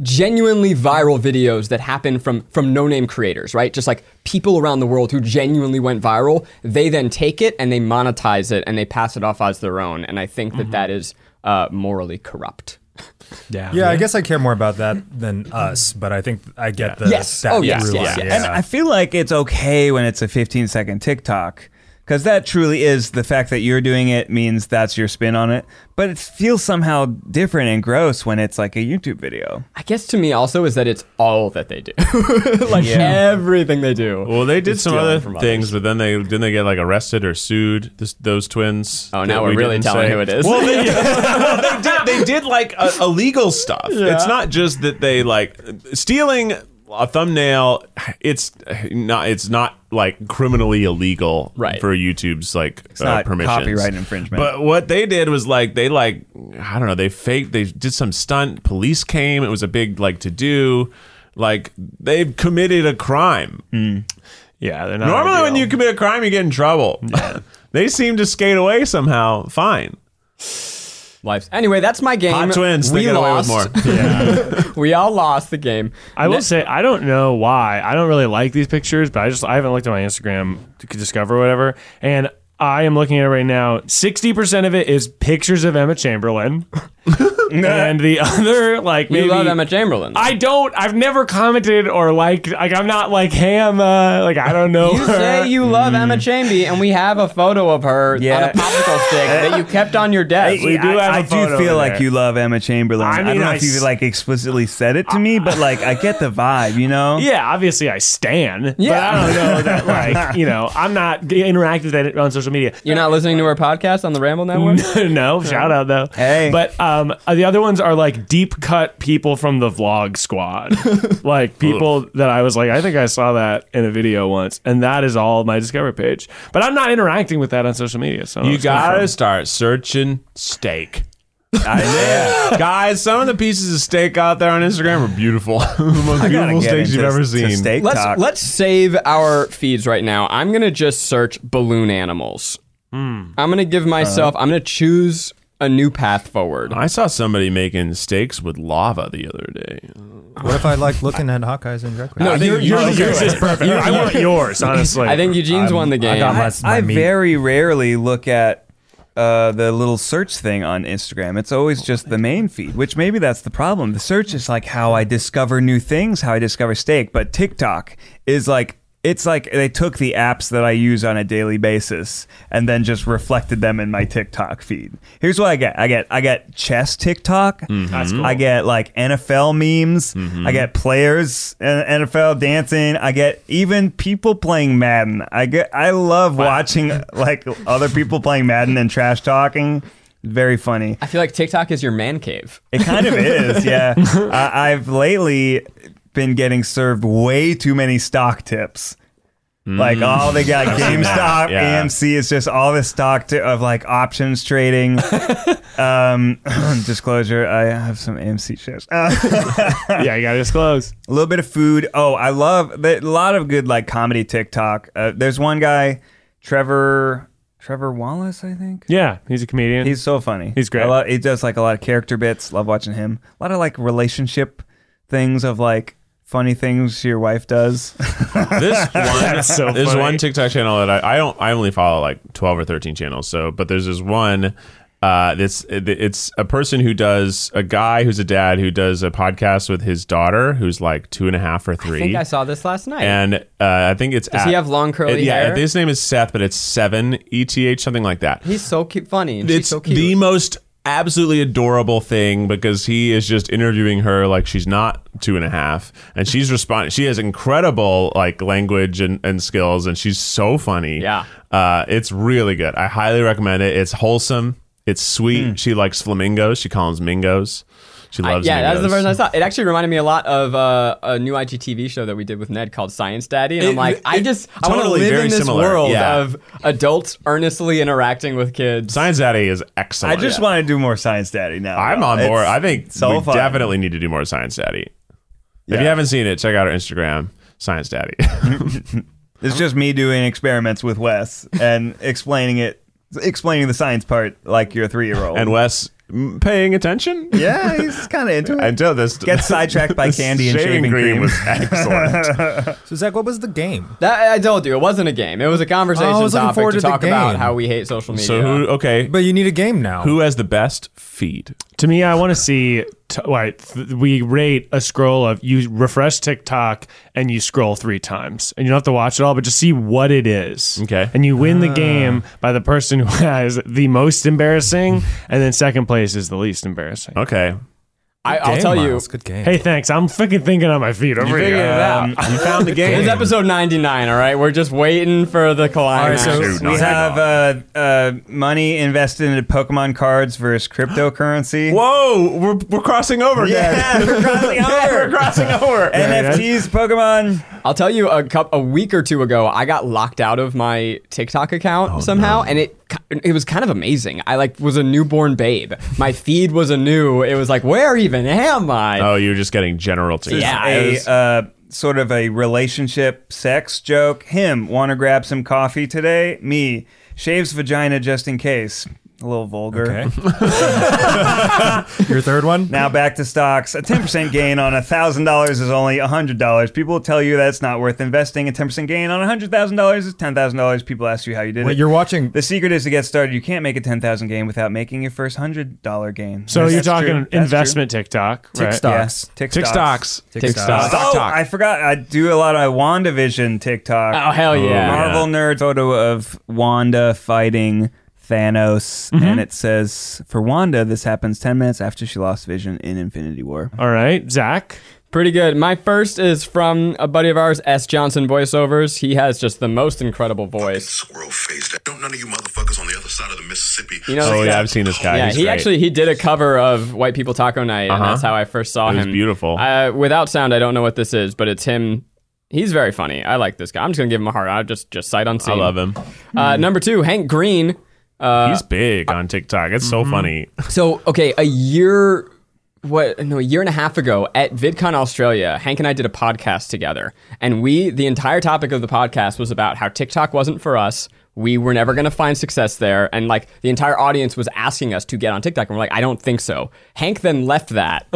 Speaker 2: genuinely viral videos that happen from from no name creators right just like people around the world who genuinely went viral they then take it and they monetize it and they pass it off as their own and i think that that is uh, morally corrupt
Speaker 6: Yeah, I guess I care more about that than us, but I think I get the
Speaker 2: Yes.
Speaker 6: that
Speaker 2: Oh, yes,
Speaker 6: through
Speaker 2: yes,
Speaker 6: line,
Speaker 2: yes.
Speaker 4: And I feel like it's okay when it's a 15 second TikTok because that truly is the fact that you're doing it means that's your spin on it. But it feels somehow different and gross when it's like a YouTube video.
Speaker 2: I guess to me also is that it's all that they do, like everything they do.
Speaker 5: Well, they did some
Speaker 2: stealing
Speaker 5: other
Speaker 2: from
Speaker 5: things, but then they didn't they get like arrested or sued. This, those twins.
Speaker 2: Oh, now
Speaker 5: that
Speaker 2: we're
Speaker 5: we
Speaker 2: really
Speaker 5: didn't
Speaker 2: telling
Speaker 5: say?
Speaker 2: who it is.
Speaker 5: Well, they, well, they did. They did like uh, illegal stuff. It's not just that they like stealing a thumbnail. It's not. It's not like criminally illegal
Speaker 2: Right.
Speaker 5: for YouTube's like uh,
Speaker 4: not
Speaker 5: permissions.
Speaker 4: copyright infringement.
Speaker 5: But what they did was like they like I don't know. They faked. They did some stunt. Police came. It was a big like to do. Like they've committed a crime.
Speaker 3: Yeah, they're not.
Speaker 5: Normally, when
Speaker 3: ideal.
Speaker 5: you commit a crime, you get in trouble. they seem to skate away somehow. Fine.
Speaker 2: Lives. Anyway, that's my game.
Speaker 5: Hot twins, they
Speaker 2: We
Speaker 5: get away with
Speaker 2: lost.
Speaker 5: more.
Speaker 2: we all lost the game.
Speaker 3: I will
Speaker 2: Ne-
Speaker 3: say I don't know why. I don't really like these pictures, but I just I haven't looked at my Instagram to discover whatever. And I am looking at it right now. Sixty percent of it is pictures of Emma Chamberlain. and the other like
Speaker 2: You
Speaker 3: maybe
Speaker 2: love Emma Chamberlain.
Speaker 3: I don't. I've never commented or liked. Like I'm not like ham. Uh, like I don't know.
Speaker 2: You
Speaker 3: her.
Speaker 2: say you love Emma Chamby, and we have a photo of her on
Speaker 4: Yeah.
Speaker 2: a popsicle stick that you kept on your desk.
Speaker 3: we do
Speaker 4: I,
Speaker 3: have a
Speaker 4: I do
Speaker 3: photo
Speaker 4: feel
Speaker 3: over
Speaker 4: like
Speaker 3: there.
Speaker 4: you love Emma Chamberlain.
Speaker 3: I
Speaker 4: I,
Speaker 3: mean,
Speaker 4: don't know
Speaker 3: I
Speaker 4: if you
Speaker 3: s-
Speaker 4: like explicitly said it to me, but like I get the vibe, you know?
Speaker 3: Yeah, obviously I stan.
Speaker 2: Yeah.
Speaker 3: Yeah. But I don't know that like you know I'm not g- interactive with it on social media.
Speaker 2: You're not listening to her podcast on the Ramble Network?
Speaker 3: no, shout out though.
Speaker 4: Hey.
Speaker 3: but um, uh, the other ones are like deep cut people from the vlog squad, like people that I was like, I think I saw that in a video once, and that is all my discover page. But I'm not interacting with that on social media. So I don't know
Speaker 5: You
Speaker 3: what's going on.
Speaker 5: gotta start searching steak. I Guys, some of the pieces of steak out there on Instagram are beautiful. the most
Speaker 4: Gotta
Speaker 5: beautiful
Speaker 4: get
Speaker 5: steaks you've
Speaker 4: into
Speaker 5: ever
Speaker 4: s- to
Speaker 5: seen.
Speaker 4: Steak
Speaker 2: Let's
Speaker 4: talk.
Speaker 2: let's save our feeds right now. I'm gonna just search balloon animals. I'm gonna give myself. I'm gonna choose a new path forward.
Speaker 5: I saw somebody making steaks with lava the other day.
Speaker 6: What if I like looking at Hawkeyes and Drag Queens?
Speaker 5: I think you're-
Speaker 3: Yours
Speaker 5: you're-
Speaker 3: is perfect. I want yours, honestly.
Speaker 2: I think Eugene's won the game.
Speaker 6: got my-
Speaker 4: I
Speaker 6: meat.
Speaker 4: very rarely look at uh, the little search thing on Instagram. It's always just the main feed, which maybe that's the problem. The search is like how I discover new things, how I discover steak, but TikTok is like it's like they took the apps that I use on a daily basis and then just reflected them in my TikTok feed. Here's what I get. I get I get chess TikTok.
Speaker 3: Mm-hmm. That's cool. Mm-hmm.
Speaker 4: I get like NFL memes. I get players uh, and NFL dancing. I get even people playing Madden. I get I love watching like other people playing Madden and trash talking. Very funny.
Speaker 2: I feel like TikTok is your man cave.
Speaker 4: It kind of is, yeah. I, I've lately been getting served way too many stock tips. Like all they got GameStop,
Speaker 5: yeah.
Speaker 4: AMC. It's just all this stock t- of like options trading. um, disclosure: I have some AMC shares. Uh,
Speaker 3: yeah, you gotta disclose.
Speaker 4: a little bit of food. Oh, I love the, a lot of good like comedy TikTok. Uh, there's one guy, Trevor Trevor Wallace, I think.
Speaker 3: Yeah, he's a comedian.
Speaker 4: He's so funny.
Speaker 3: He's great.
Speaker 4: I lo- he does like a lot of character bits. Love watching him. A lot of like relationship things of like funny things your wife does.
Speaker 5: Oh, This one,
Speaker 3: so
Speaker 5: this
Speaker 3: funny.
Speaker 5: one TikTok channel that I, I don't, I only follow like twelve or thirteen channels. So, but there's this one. Uh, that's it's a person who does a guy who's a dad who does a podcast with his daughter who's like two and a half or
Speaker 2: I
Speaker 5: three.
Speaker 2: think I saw this last night.
Speaker 5: and uh, I think it's does
Speaker 2: he have long curly
Speaker 5: yeah,
Speaker 2: hair?
Speaker 5: his name is Seth, but it's seven ETH something like that.
Speaker 2: He's so cute, funny, and she's
Speaker 5: it's
Speaker 2: so cute.
Speaker 5: the most absolutely adorable thing because he is just interviewing her like she's not two and a half and she's responding she has incredible like language and, and skills and she's so funny
Speaker 2: Yeah.
Speaker 5: uh, it's really good i highly recommend it it's wholesome it's sweet she likes flamingos she calls them mingos she
Speaker 2: I-
Speaker 5: loves
Speaker 2: yeah, that was the
Speaker 5: mingos.
Speaker 2: first I saw. It actually reminded me a lot of uh, a new IGTV show that we did with Ned called Science Daddy, and I'm
Speaker 5: It-
Speaker 2: like, I
Speaker 5: it-
Speaker 2: just I want to
Speaker 5: totally
Speaker 2: live
Speaker 5: very
Speaker 2: in this
Speaker 5: similar,
Speaker 2: world
Speaker 5: yeah.
Speaker 2: of adults earnestly interacting with kids.
Speaker 5: science daddy is
Speaker 4: I
Speaker 5: excellent
Speaker 4: just want to do more Science Daddy now.
Speaker 5: i'm
Speaker 4: though.
Speaker 5: on
Speaker 4: It's
Speaker 5: board i think
Speaker 4: so
Speaker 5: we
Speaker 4: fun.
Speaker 5: definitely need to do more science daddy if
Speaker 4: Yeah.
Speaker 5: you haven't seen it check out our instagram science daddy
Speaker 4: It's just me doing experiments with Wes and explaining it, explaining the science part like you're a three year old.
Speaker 5: and Wes mm, paying attention.
Speaker 4: yeah, he's kind of into it.
Speaker 5: Until this
Speaker 4: Get sidetracked by
Speaker 5: this
Speaker 4: candy and shaving cream.
Speaker 5: was excellent.
Speaker 6: so Zach, what was the game?
Speaker 2: That I told you, it wasn't a game. It was a conversation
Speaker 5: Oh,
Speaker 6: I was looking
Speaker 2: topic
Speaker 6: forward
Speaker 2: to,
Speaker 6: to the
Speaker 2: talk about
Speaker 6: game.
Speaker 2: how we hate social media.
Speaker 5: so who? Okay,
Speaker 6: But you need a game now.
Speaker 5: who has the best feed?
Speaker 3: To me, I want to see. T- wait, th- we rate a scroll of you refresh TikTok and you scroll three times, and you don't have to watch it all, but just see what it is.
Speaker 5: Okay.
Speaker 3: and you win the
Speaker 2: Ah.
Speaker 3: game by the person who has the most embarrassing, and then second place is the least embarrassing.
Speaker 5: Okay,
Speaker 2: I, I'll
Speaker 6: Game,
Speaker 2: tell
Speaker 6: Miles.
Speaker 2: you.
Speaker 6: Good game.
Speaker 3: Hey, thanks. I'm freaking thinking on my feet over
Speaker 5: figured
Speaker 3: here.
Speaker 5: it out. you found the
Speaker 2: It's
Speaker 5: game.
Speaker 2: episode 99, all right? We're just waiting for the climax.
Speaker 6: All right, so-
Speaker 5: Dude, not
Speaker 4: we have uh, uh, money invested into Pokemon cards versus cryptocurrency.
Speaker 5: Whoa, Oh, we're, we're crossing over,
Speaker 4: Yeah,
Speaker 5: guys.
Speaker 4: we're crossing
Speaker 5: we're
Speaker 4: over.
Speaker 5: crossing over.
Speaker 4: NFTs, Pokemon.
Speaker 2: I'll tell you a cup a week or two ago, I got locked out of my TikTok
Speaker 5: Oh,
Speaker 2: account somehow, and it ki- it was kind of amazing. I like was a newborn babe. My feed was a new. It was like, where even am I?
Speaker 5: oh, you're just getting general to
Speaker 2: Yeah. it
Speaker 4: a
Speaker 2: was-
Speaker 4: uh, sort of a relationship sex joke. Him want to grab some coffee today. Me shaves vagina just in case. A little vulgar.
Speaker 6: Your third one?
Speaker 4: Now back to stocks. A 10% gain on $1,000 is only $100. People will tell you that's not worth investing. A 10% gain on $100,000 is $10,000. People ask you how you did
Speaker 6: Wait,
Speaker 4: it.
Speaker 6: you're watching.
Speaker 4: the secret is to get started. You can't make a 10,000 gain without making your first $100 gain.
Speaker 3: So
Speaker 4: Yes,
Speaker 3: you're
Speaker 4: that's true.
Speaker 3: talking
Speaker 4: That's true.
Speaker 3: investment TikTok, right?
Speaker 6: TikTok.
Speaker 4: Yes, tick
Speaker 5: Tick stocks.
Speaker 2: Tick
Speaker 6: stocks.
Speaker 2: stocks.
Speaker 4: Oh, I forgot. I do a lot of WandaVision TikTok.
Speaker 2: Oh hell yeah!
Speaker 4: Marvel nerd photo of Wanda fighting Thanos, and it says for Wanda, this happens ten minutes after she lost Vision in Infinity War.
Speaker 3: All right, Zach.
Speaker 2: Pretty good. My first is from a buddy of ours, S. Johnson voiceovers. He has just the most incredible voice.
Speaker 8: squirrel faced. Don't none of you motherfuckers on the other side of the Mississippi.
Speaker 2: You know,
Speaker 5: Oh
Speaker 2: this guy-
Speaker 5: yeah, I've seen this guy.
Speaker 2: Yeah,
Speaker 5: He's
Speaker 2: he
Speaker 5: great. Uh-huh.
Speaker 2: actually he did a cover of White People Taco Night, and that's how I first saw
Speaker 5: It was
Speaker 2: him.
Speaker 5: beautiful.
Speaker 2: Uh, without sound, I don't know what this is, but it's him. He's very funny. I like this guy. I'm just gonna give him a heart. I just just sight
Speaker 5: I
Speaker 2: unseen.
Speaker 5: love him.
Speaker 2: Uh, number two, Hank Green. Uh,
Speaker 5: He's big on TikTok. It's so funny.
Speaker 2: so okay, a year, what? No, a year and a half ago at VidCon Australia, Hank and I did a podcast together, and we the entire topic of the podcast was about how TikTok wasn't for us. We were never going to find success there, and like the entire audience was asking us to get on TikTok, and we're like, I don't think so. Hank then left that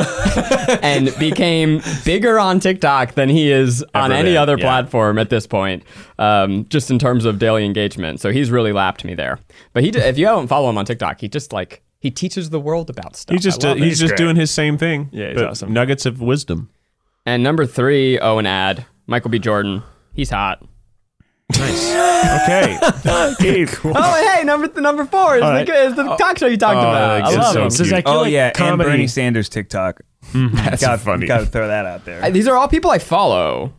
Speaker 2: and became bigger on TikTok than he is on
Speaker 5: Ever
Speaker 2: any
Speaker 5: been,
Speaker 2: other
Speaker 5: yeah.
Speaker 2: platform at this point, um, just in terms of daily engagement. So he's really lapped me there. But he, d- if you haven't followed him on TikTok, he just like he teaches the world about stuff.
Speaker 5: He's just
Speaker 2: I
Speaker 5: uh,
Speaker 2: love it.
Speaker 5: he's just doing his same thing.
Speaker 3: Yeah, he's
Speaker 5: but
Speaker 3: awesome.
Speaker 5: Nuggets of wisdom.
Speaker 2: and number three, oh, an ad, Michael B. Jordan. He's hot.
Speaker 5: Okay, Keith.
Speaker 2: Oh, and hey, number th- number four is,
Speaker 3: All right.
Speaker 2: the, is the talk show you talked
Speaker 5: Oh,
Speaker 2: about.
Speaker 5: that's
Speaker 2: I love
Speaker 5: so
Speaker 2: him.
Speaker 3: This is
Speaker 5: cute.
Speaker 3: like
Speaker 4: Oh yeah, and
Speaker 3: comedy.
Speaker 4: Bernie Sanders TikTok. That's got,
Speaker 5: funny.
Speaker 4: Got to throw that out there.
Speaker 2: I- These are all people I follow.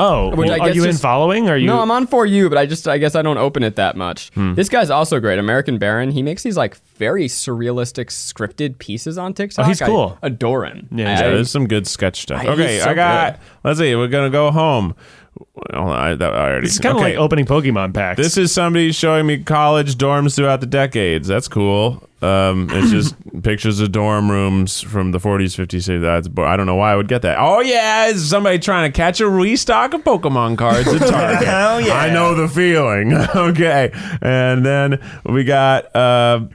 Speaker 3: oh,
Speaker 2: Which I
Speaker 3: are
Speaker 2: guess
Speaker 3: you in
Speaker 2: just-
Speaker 3: following? Are you? Hmm.
Speaker 2: No, I'm on for you, but I just I guess I don't open it that much. This guy's also great, American Baron. He makes these like very surrealistic scripted pieces on TikTok.
Speaker 3: Oh, he's
Speaker 2: I
Speaker 3: cool.
Speaker 2: adore him.
Speaker 3: Yeah,
Speaker 5: Yeah,
Speaker 2: I-
Speaker 5: there's some good sketch stuff.
Speaker 2: I-
Speaker 5: okay,
Speaker 2: he's so
Speaker 5: I got. Let's see. We're gonna go home. Well, I, that, I already.
Speaker 3: It's kind of
Speaker 5: okay.
Speaker 3: like opening Pokemon packs.
Speaker 5: This is somebody showing me college dorms throughout the decades. That's cool. Um, it's just pictures of dorm rooms from the 40s, 50s. 60s. That's bo- I don't know why I would get that. Oh yeah, it's somebody trying to catch a restock of Pokemon cards at Target.
Speaker 4: Oh, yeah.
Speaker 5: I know the feeling. okay, and then we got. Uh,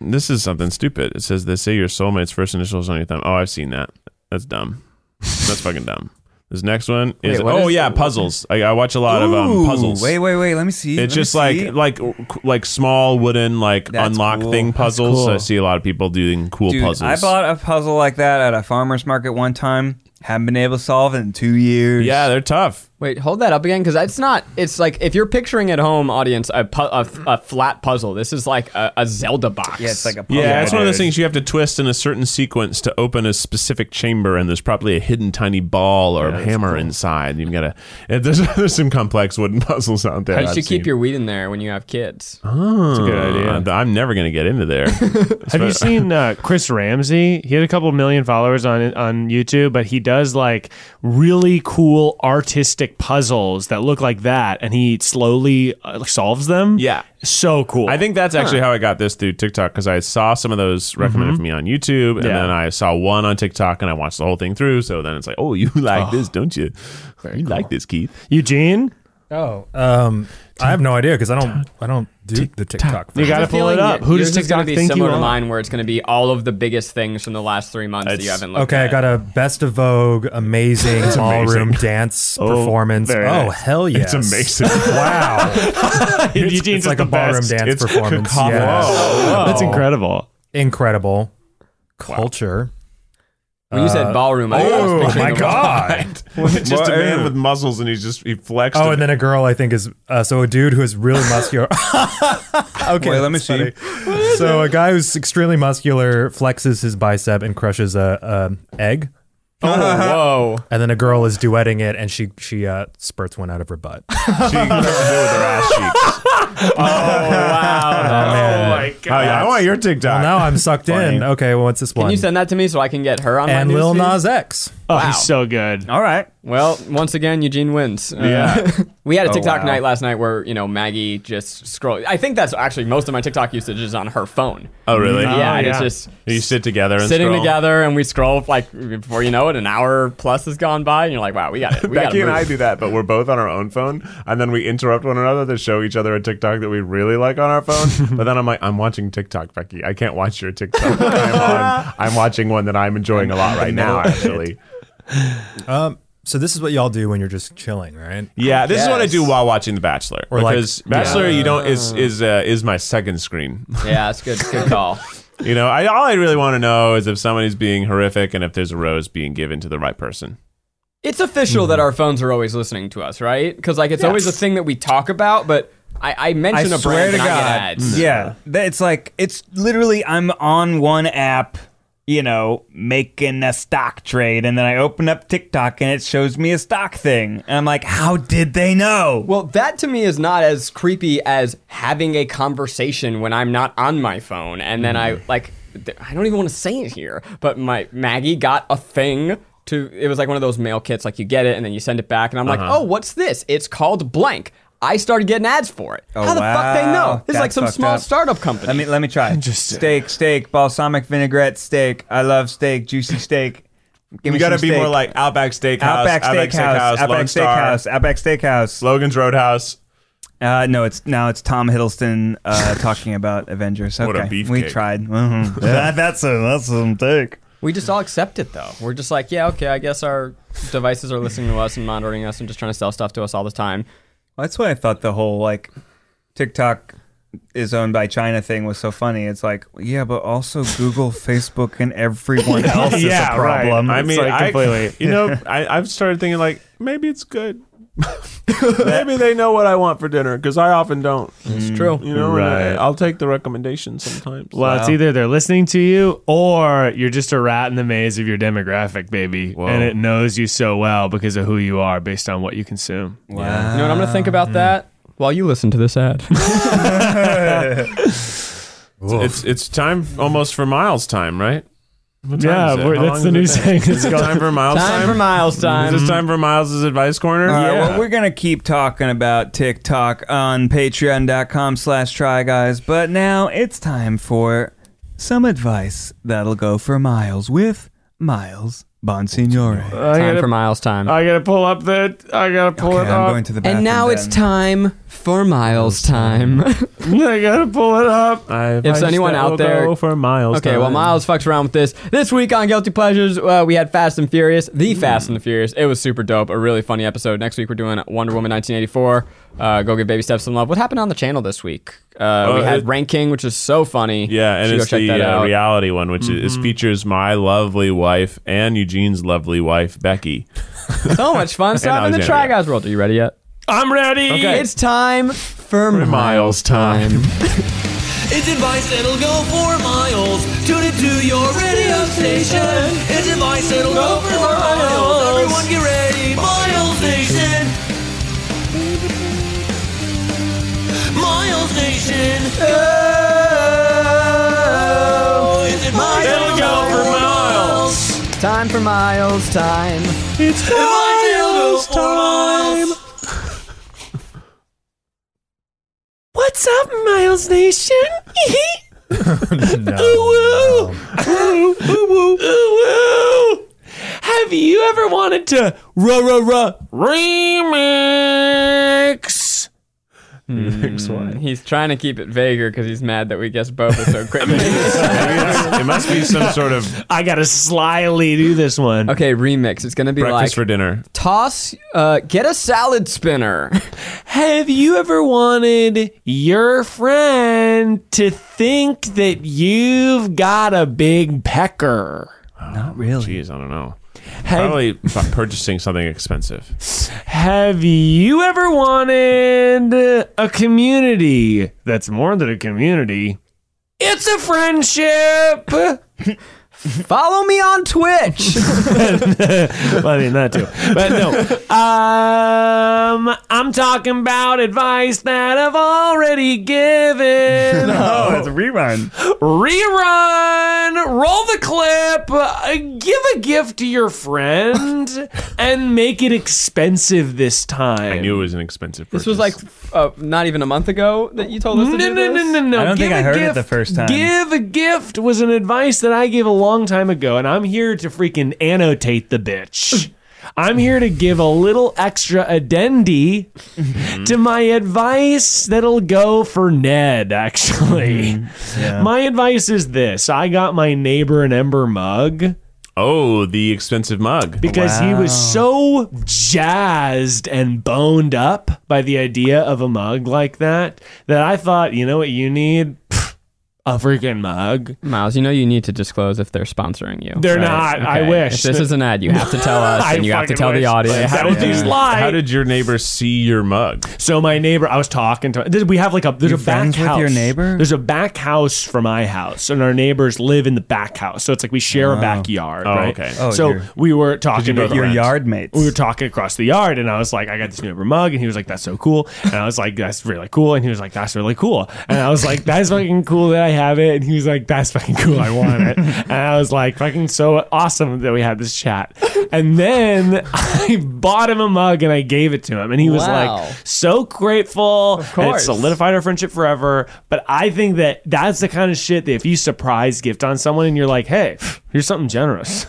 Speaker 5: this is something stupid. It says they say your soulmate's first initials on your thumb. Oh, I've seen that. That's dumb. That's fucking dumb. This next one is
Speaker 2: Wait, what
Speaker 5: oh
Speaker 2: is-
Speaker 5: yeah puzzles. I, I watch a lot of um,
Speaker 4: Ooh,
Speaker 5: puzzles.
Speaker 4: Wait, wait, wait. Let me see.
Speaker 5: It's
Speaker 4: let me
Speaker 5: just like
Speaker 4: see.
Speaker 5: like like small wooden like
Speaker 4: That's
Speaker 5: unlock
Speaker 4: cool.
Speaker 5: thing
Speaker 4: That's
Speaker 5: puzzles.
Speaker 4: cool.
Speaker 5: I see a lot of people doing cool
Speaker 4: Dude,
Speaker 5: puzzles.
Speaker 4: I bought a puzzle like that at a farmer's market one time. Haven't been able to solve it in two years.
Speaker 5: yeah, they're tough.
Speaker 4: Oh,
Speaker 2: Wait, hold that up again because it's not. It's like if you're picturing at home, audience, a pu- a, a flat puzzle. This is like a, a Zelda box.
Speaker 4: yeah, it's like a puzzle.
Speaker 5: Yeah, it's one of those
Speaker 4: dude.
Speaker 5: things you have to twist in a certain sequence to open a specific chamber, and there's probably a hidden tiny ball or a hammer inside. You've got to. There's, there's some complex wooden puzzles out there.
Speaker 2: You
Speaker 5: I've
Speaker 2: should
Speaker 5: seen.
Speaker 2: keep your weed in there when you have kids.
Speaker 5: That's a
Speaker 3: good idea.
Speaker 5: Hmm, I'm never gonna get into there.
Speaker 3: Have you seen uh, Chris Ramsey? He had a couple million followers on on YouTube, but he does like really cool artistic puzzles that look like that, and he slowly uh, solves them.
Speaker 5: Yeah.
Speaker 3: so cool.
Speaker 5: I think that's actually how I got this through TikTok because I saw some of those recommended for me on YouTube, and
Speaker 3: Yeah.
Speaker 5: then I saw one on TikTok, and I watched the whole thing through. So then it's like, oh, you like this, don't you? You like this, Keith?
Speaker 3: Eugene,
Speaker 6: Oh, um, I have no idea because I don't, I don't do the TikTok.
Speaker 3: you
Speaker 6: thing.
Speaker 3: got to
Speaker 2: The
Speaker 3: pull it
Speaker 2: feeling
Speaker 3: up.
Speaker 2: that
Speaker 3: Who does
Speaker 2: yours is gonna
Speaker 3: TikTok
Speaker 2: be
Speaker 3: think you
Speaker 2: similar
Speaker 3: are?
Speaker 2: to mine, where it's going to be all of the biggest things from the last three months that you haven't looked
Speaker 6: Okay,
Speaker 2: at.
Speaker 6: I got a best of Vogue, amazing ballroom dance performance.
Speaker 3: very
Speaker 6: Oh,
Speaker 3: nice.
Speaker 6: hell yes!
Speaker 5: It's amazing.
Speaker 6: Wow,
Speaker 3: Eugene's
Speaker 6: it's
Speaker 3: just
Speaker 6: like a
Speaker 3: the
Speaker 6: ballroom
Speaker 3: best.
Speaker 6: dance
Speaker 5: It's
Speaker 6: performance.
Speaker 5: cacophony.
Speaker 6: Yes.
Speaker 2: Oh.
Speaker 3: That's incredible.
Speaker 6: incredible culture.
Speaker 2: When you said ballroom, I was
Speaker 6: Oh
Speaker 2: picturing
Speaker 6: my
Speaker 2: a-
Speaker 6: god!
Speaker 5: It's just a man
Speaker 4: Whoa.
Speaker 5: with muscles, and he just he flexed.
Speaker 6: Oh, and then a girl I think is uh, so a dude who is really muscular. okay,
Speaker 4: Wait, let me
Speaker 6: that's
Speaker 4: see.
Speaker 6: funny. So a guy who's extremely muscular flexes his bicep and crushes a, a egg,
Speaker 2: Oh, whoa.
Speaker 6: and then a girl is duetting it, and she she uh, spurts one out of her butt.
Speaker 5: she can do it with her ass cheeks.
Speaker 2: Wow.
Speaker 5: my god!
Speaker 3: Oh,
Speaker 5: I want your TikTok.
Speaker 6: Well, now I'm sucked in. Okay, well, what's this one?
Speaker 2: Can you send that to me so I can get her on my
Speaker 6: and Lil
Speaker 2: newsfeed?
Speaker 6: Nas X.
Speaker 3: Oh, he's so good.
Speaker 4: All right.
Speaker 2: Well, once again, Eugene wins. Uh,
Speaker 5: Yeah.
Speaker 2: we had a TikTok
Speaker 4: Oh, wow.
Speaker 2: night last night where you know Maggie just scroll. I think that's actually most of my TikTok usage is on her phone.
Speaker 5: Oh, really?
Speaker 2: yeah, and it's
Speaker 3: yeah.
Speaker 2: just
Speaker 5: You sit together and
Speaker 2: sitting
Speaker 5: scroll.
Speaker 2: together, and we scroll like before you know it, an hour plus has gone by, and you're like, wow, we got it. We
Speaker 5: Becky
Speaker 2: gotta
Speaker 5: and I
Speaker 2: move.
Speaker 5: do that, but we're both on our own phone, and then we interrupt one another to show each other a TikTok that we really like on our phone. but then I'm like, I'm watching TikTok, Becky. I can't watch your TikTok. I'm, on, I'm watching one that I'm enjoying a lot right now, actually.
Speaker 6: Um, so this is what y'all do when you're just chilling, right?
Speaker 5: Yeah, this is what I
Speaker 2: Yes.
Speaker 5: do while watching The Bachelor
Speaker 6: Or like-
Speaker 5: because Bachelor, you don't is is uh, is my second screen.
Speaker 2: Yeah, that's good. Good call.
Speaker 5: you know, I all I really want to know is if somebody's being horrific and if there's a rose being given to the right person.
Speaker 2: It's official that our phones are always listening to us, right? Because like it's always a thing that we talk about, but I, I
Speaker 4: I
Speaker 2: mention a
Speaker 4: swear
Speaker 2: brand and
Speaker 4: to
Speaker 2: I get
Speaker 4: God. Mm-hmm.
Speaker 2: ads.
Speaker 4: Yeah. That- It's like, it's literally, I'm on one app, you know, making a stock trade. And then I open up TikTok and it shows me a stock thing. And I'm like, how did they know?
Speaker 2: Well, that to me is not as creepy as having a conversation when I'm not on my phone, and then I
Speaker 4: Mm.
Speaker 2: like th- I don't even want to say it here, but my Maggie got a thing. To, it was like one of those mail kits, like you get it and then you send it back, and I'm like,
Speaker 4: Uh-huh.
Speaker 2: oh, what's this? It's called blank. I started getting ads for it. How the fuck they
Speaker 4: Oh, wow.
Speaker 2: know? This is like
Speaker 4: That's
Speaker 2: some
Speaker 4: fucked
Speaker 2: small
Speaker 4: up.
Speaker 2: startup company.
Speaker 4: Let me let me try. Steak, steak, balsamic vinaigrette steak. I love steak, juicy steak.
Speaker 5: You
Speaker 4: Give me
Speaker 5: got to
Speaker 4: some
Speaker 5: be more
Speaker 4: steak.
Speaker 5: like Outback Steakhouse,
Speaker 4: Outback Steakhouse,
Speaker 5: Lone
Speaker 4: Outback
Speaker 5: Star,
Speaker 4: Steakhouse, Outback Steakhouse.
Speaker 5: Logan's Roadhouse.
Speaker 4: Uh, no, it's now it's Tom Hiddleston uh, talking about Avengers. Okay,
Speaker 5: What a
Speaker 4: we
Speaker 5: beefcake.
Speaker 4: tried. Mhm. That- that's a that's some steak.
Speaker 2: We just all accept it though. We're just like, yeah, okay, I guess our devices are listening to us and monitoring us and just trying to sell stuff to us all the time.
Speaker 4: That's why I thought the whole like TikTok is owned by China thing was so funny. It's like, yeah, but also Google, Facebook, and everyone else is a problem.
Speaker 5: I
Speaker 4: It's
Speaker 5: mean,
Speaker 4: like,
Speaker 5: I, you know, I, I've started thinking like maybe it's good. maybe they know what I want for dinner because I often don't.
Speaker 2: It's true.
Speaker 5: You know,
Speaker 3: Right.
Speaker 5: and I, will take the recommendation sometimes.
Speaker 3: Well, it's either they're listening to you or you're just a rat in the maze of your demographic, baby. And it knows you so well because of who you are based on what you consume.
Speaker 2: You know what I'm gonna think about that while you listen to this ad.
Speaker 5: it's it's time almost for Miles time, right? What time
Speaker 3: Yeah,
Speaker 5: is it?
Speaker 3: we're,
Speaker 5: How
Speaker 3: that's
Speaker 5: long
Speaker 3: the new
Speaker 5: does it take?
Speaker 3: saying.
Speaker 5: Is
Speaker 3: It's
Speaker 5: Mm-hmm. it
Speaker 3: called-
Speaker 5: time for Miles time.
Speaker 2: time for Miles time.
Speaker 5: Is this time for Miles' advice corner?
Speaker 4: All right, well, we're gonna keep talking about TikTok on patreon.com slash try guys, but now it's time for some advice that'll go for Miles with Miles Bonsignore.
Speaker 3: I
Speaker 2: Time
Speaker 3: gotta,
Speaker 2: for Miles time.
Speaker 3: I gotta pull up the. I gotta pull
Speaker 4: Okay,
Speaker 3: it up.
Speaker 4: I'm going to the bathroom.
Speaker 2: and now it's
Speaker 4: then.
Speaker 2: time for Miles time.
Speaker 3: I gotta pull it up.
Speaker 5: Advice
Speaker 2: anyone
Speaker 5: that
Speaker 2: out
Speaker 5: will
Speaker 2: there-
Speaker 5: go for Miles,
Speaker 2: okay,
Speaker 5: time.
Speaker 2: well, Miles fucks around with this. This week on Guilty Pleasures, uh, we had Fast and Furious, the Fast and the Furious. It was super dope, a really funny episode. Next week, we're doing Wonder Woman 1984. Uh, go give Baby Steps some Love. What happened on the channel this week? Uh, we
Speaker 5: Oh,
Speaker 2: had
Speaker 5: it-
Speaker 2: Ranking, which is so funny.
Speaker 5: Yeah,
Speaker 2: You
Speaker 5: and
Speaker 2: should go
Speaker 5: it's the uh, reality one, which is, features my lovely wife and Eugene's lovely wife, Becky.
Speaker 2: So much fun stuff in the
Speaker 5: Alexandria.
Speaker 2: Try Guys world. Are you ready yet?
Speaker 3: I'm ready.
Speaker 2: Okay. It's time for
Speaker 5: Miles time.
Speaker 9: It's advice that'll go for miles. Tune it to your radio station. It's advice that'll go, for miles. Everyone get ready, Miles Nation. Miles Nation. Oh, it's advice that'll go for miles.
Speaker 2: Time for Miles time.
Speaker 9: Advice that'll go for miles.
Speaker 3: What's up, Miles Nation?
Speaker 6: No.
Speaker 3: Ooh, ooh, ooh, ooh. Have you ever wanted to ra ra ra remix?
Speaker 2: He's trying to keep it vaguer because he's mad that we guessed Boba so quickly.
Speaker 5: it must be some sort of
Speaker 3: I gotta slyly do this one.
Speaker 2: okay, remix. It's gonna be
Speaker 5: breakfast for
Speaker 2: like
Speaker 5: dinner.
Speaker 2: toss. Uh, get a salad spinner.
Speaker 3: Have you ever wanted your friend to think that you've got a big pecker?
Speaker 4: Not really.
Speaker 5: Jeez, I don't know.
Speaker 3: Have,
Speaker 5: Probably fu- purchasing something expensive.
Speaker 3: Have you ever wanted a community that's more than a community? It's a friendship. well,
Speaker 2: Follow me on Twitch.
Speaker 3: I mean that too, but no. Um, I'm talking about advice that I've already given.
Speaker 4: Oh, it's a rerun.
Speaker 3: Rerun. Roll the clip. Uh, give a gift to your friend and make it expensive this time.
Speaker 5: I knew it was an expensive. Purchase.
Speaker 2: This was like uh, not even a month ago that you told us.
Speaker 3: No,
Speaker 2: to
Speaker 3: no,
Speaker 2: do
Speaker 3: no,
Speaker 2: this?
Speaker 3: no, no.
Speaker 4: I don't
Speaker 3: Give
Speaker 4: think I
Speaker 3: a
Speaker 4: heard it
Speaker 3: gift.
Speaker 4: the first time.
Speaker 3: Give a gift was an advice that I gave a long time ago, and I'm here to freaking annotate the bitch. I'm here to give a little extra addendi
Speaker 4: Mm-hmm.
Speaker 3: to my advice that'll go for Ned, actually.
Speaker 4: Mm-hmm.
Speaker 3: My advice is this I got my neighbor an Ember mug
Speaker 5: oh, the expensive mug.
Speaker 3: because he was so jazzed and boned up by the idea of a mug like that that I thought, you know what you need? Pfft, A freaking mug.
Speaker 2: Miles, you know you need to disclose if they're sponsoring you.
Speaker 3: They're not. I wish.
Speaker 2: If this is an ad, you have to tell us,
Speaker 3: I
Speaker 2: and you have to
Speaker 3: fucking
Speaker 2: tell the
Speaker 3: wish.
Speaker 2: audience.
Speaker 3: That would be
Speaker 2: Yeah.
Speaker 3: lie.
Speaker 5: How did your neighbor see your mug?
Speaker 3: so my neighbor, I was talking to. Did we have like a? There's
Speaker 4: You're
Speaker 3: a back
Speaker 4: friends with
Speaker 3: house.
Speaker 4: your neighbor?
Speaker 3: There's a back house for my house, and our neighbors live in the back house. So it's like we share a backyard.
Speaker 5: Oh,
Speaker 3: right?
Speaker 5: okay.
Speaker 4: Oh,
Speaker 3: so
Speaker 4: you're-
Speaker 3: we were talking to
Speaker 5: both
Speaker 4: Your
Speaker 5: Correct.
Speaker 4: yard mates.
Speaker 3: we were talking across the yard and I was like, I got this new Uber mug. And he was like, that's so cool. And I was like, that's really cool. And he was like, that's really cool. And I was like, that's fucking cool that I have it. And he was like, that's fucking cool. I want it. And I was like, fucking so awesome that we had this chat. And then I bought him a mug and I gave it to him. And he was
Speaker 2: Wow.
Speaker 3: like, so grateful. Of
Speaker 2: course.
Speaker 3: It solidified our friendship forever. But I think that that's the kind of shit that if you surprise gift on someone and you're like, hey, here's something generous.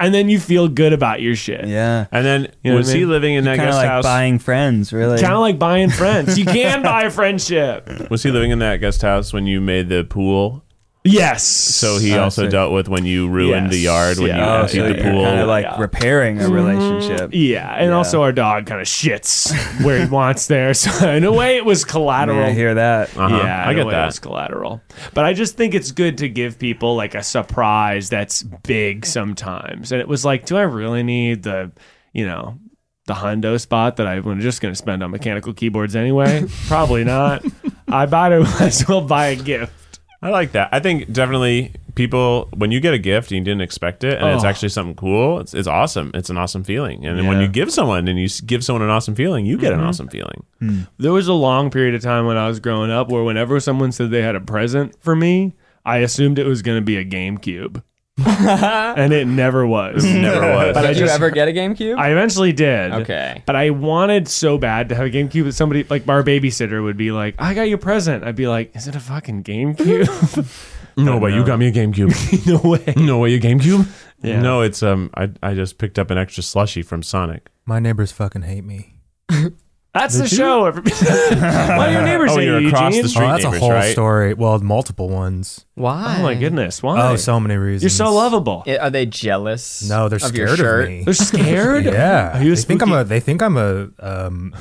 Speaker 3: And then you feel good about your shit.
Speaker 4: yeah.
Speaker 5: And then
Speaker 3: know
Speaker 5: was
Speaker 3: what I
Speaker 5: he
Speaker 3: mean?
Speaker 5: living in that
Speaker 4: Kind of
Speaker 5: guest
Speaker 4: like
Speaker 5: house?
Speaker 4: buying friends, really.
Speaker 3: kind of like buying friends. You can buy friendship.
Speaker 5: was he living in that guest house when you made the pool?
Speaker 3: Yes.
Speaker 5: So he
Speaker 4: I
Speaker 5: also
Speaker 4: see.
Speaker 5: dealt with when you ruined
Speaker 3: Yes.
Speaker 5: the yard when
Speaker 3: Yeah.
Speaker 5: you
Speaker 4: oh,
Speaker 5: emptied
Speaker 4: so
Speaker 5: the
Speaker 4: you're
Speaker 5: pool.
Speaker 4: kind of like
Speaker 3: Yeah.
Speaker 4: repairing a relationship.
Speaker 3: Yeah, and
Speaker 4: Yeah.
Speaker 3: also our dog kind of shits where he wants there. So in a way, it was
Speaker 4: I
Speaker 3: collateral.
Speaker 4: mean, I hear that.
Speaker 5: Uh-huh.
Speaker 3: Yeah,
Speaker 5: I
Speaker 3: in a
Speaker 5: get
Speaker 3: way, It was
Speaker 5: that.
Speaker 3: collateral, but I just think it's good to give people like a surprise that's big sometimes. And it was like, do I really need the, you know, the Hondo spot that I'm just going to spend on mechanical keyboards anyway? Probably not. I might as well buy a gift.
Speaker 5: I like that. I think definitely people when you get a gift and you didn't expect it, and it's
Speaker 3: Oh.
Speaker 5: actually something cool. It's, it's awesome. It's an awesome feeling. And then when
Speaker 3: Yeah.
Speaker 5: you give someone and you s- give someone an awesome feeling, you get an awesome feeling.
Speaker 3: There was a long period of time when I was growing up where whenever someone said they had a present for me, I assumed it was going to be a GameCube. and it never was.
Speaker 6: Mm.
Speaker 5: Never was.
Speaker 3: But I
Speaker 2: Did you
Speaker 3: just-
Speaker 2: ever get a GameCube?
Speaker 3: I eventually did.
Speaker 2: Okay.
Speaker 3: But I wanted so bad to have a GameCube that somebody, like our babysitter, would be like, I got you a present. I'd be like, Is it a fucking GameCube?
Speaker 5: no way, you got me a GameCube.
Speaker 3: no way.
Speaker 5: no way, a GameCube.
Speaker 3: Yeah.
Speaker 5: No, it's um, I I just picked up an extra slushy from Sonic.
Speaker 6: My neighbors fucking hate me.
Speaker 3: That's the show. everybody. Why do your neighbors
Speaker 5: Oh,
Speaker 3: say
Speaker 5: you're
Speaker 3: you,
Speaker 5: across the
Speaker 3: Eugene?
Speaker 5: street.
Speaker 6: oh, that's
Speaker 5: neighbors,
Speaker 6: a whole
Speaker 5: right?
Speaker 6: story. Well, multiple ones.
Speaker 2: Why?
Speaker 3: Oh, my goodness. Why?
Speaker 6: Oh, so many reasons.
Speaker 3: You're so lovable.
Speaker 2: I- Are they jealous?
Speaker 6: No, they're
Speaker 2: of your
Speaker 6: scared
Speaker 2: shirt?
Speaker 6: of me.
Speaker 3: They're scared?
Speaker 6: Yeah,
Speaker 3: Are you a
Speaker 6: they think I'm
Speaker 3: spooky-
Speaker 6: a. They think I'm a. Um,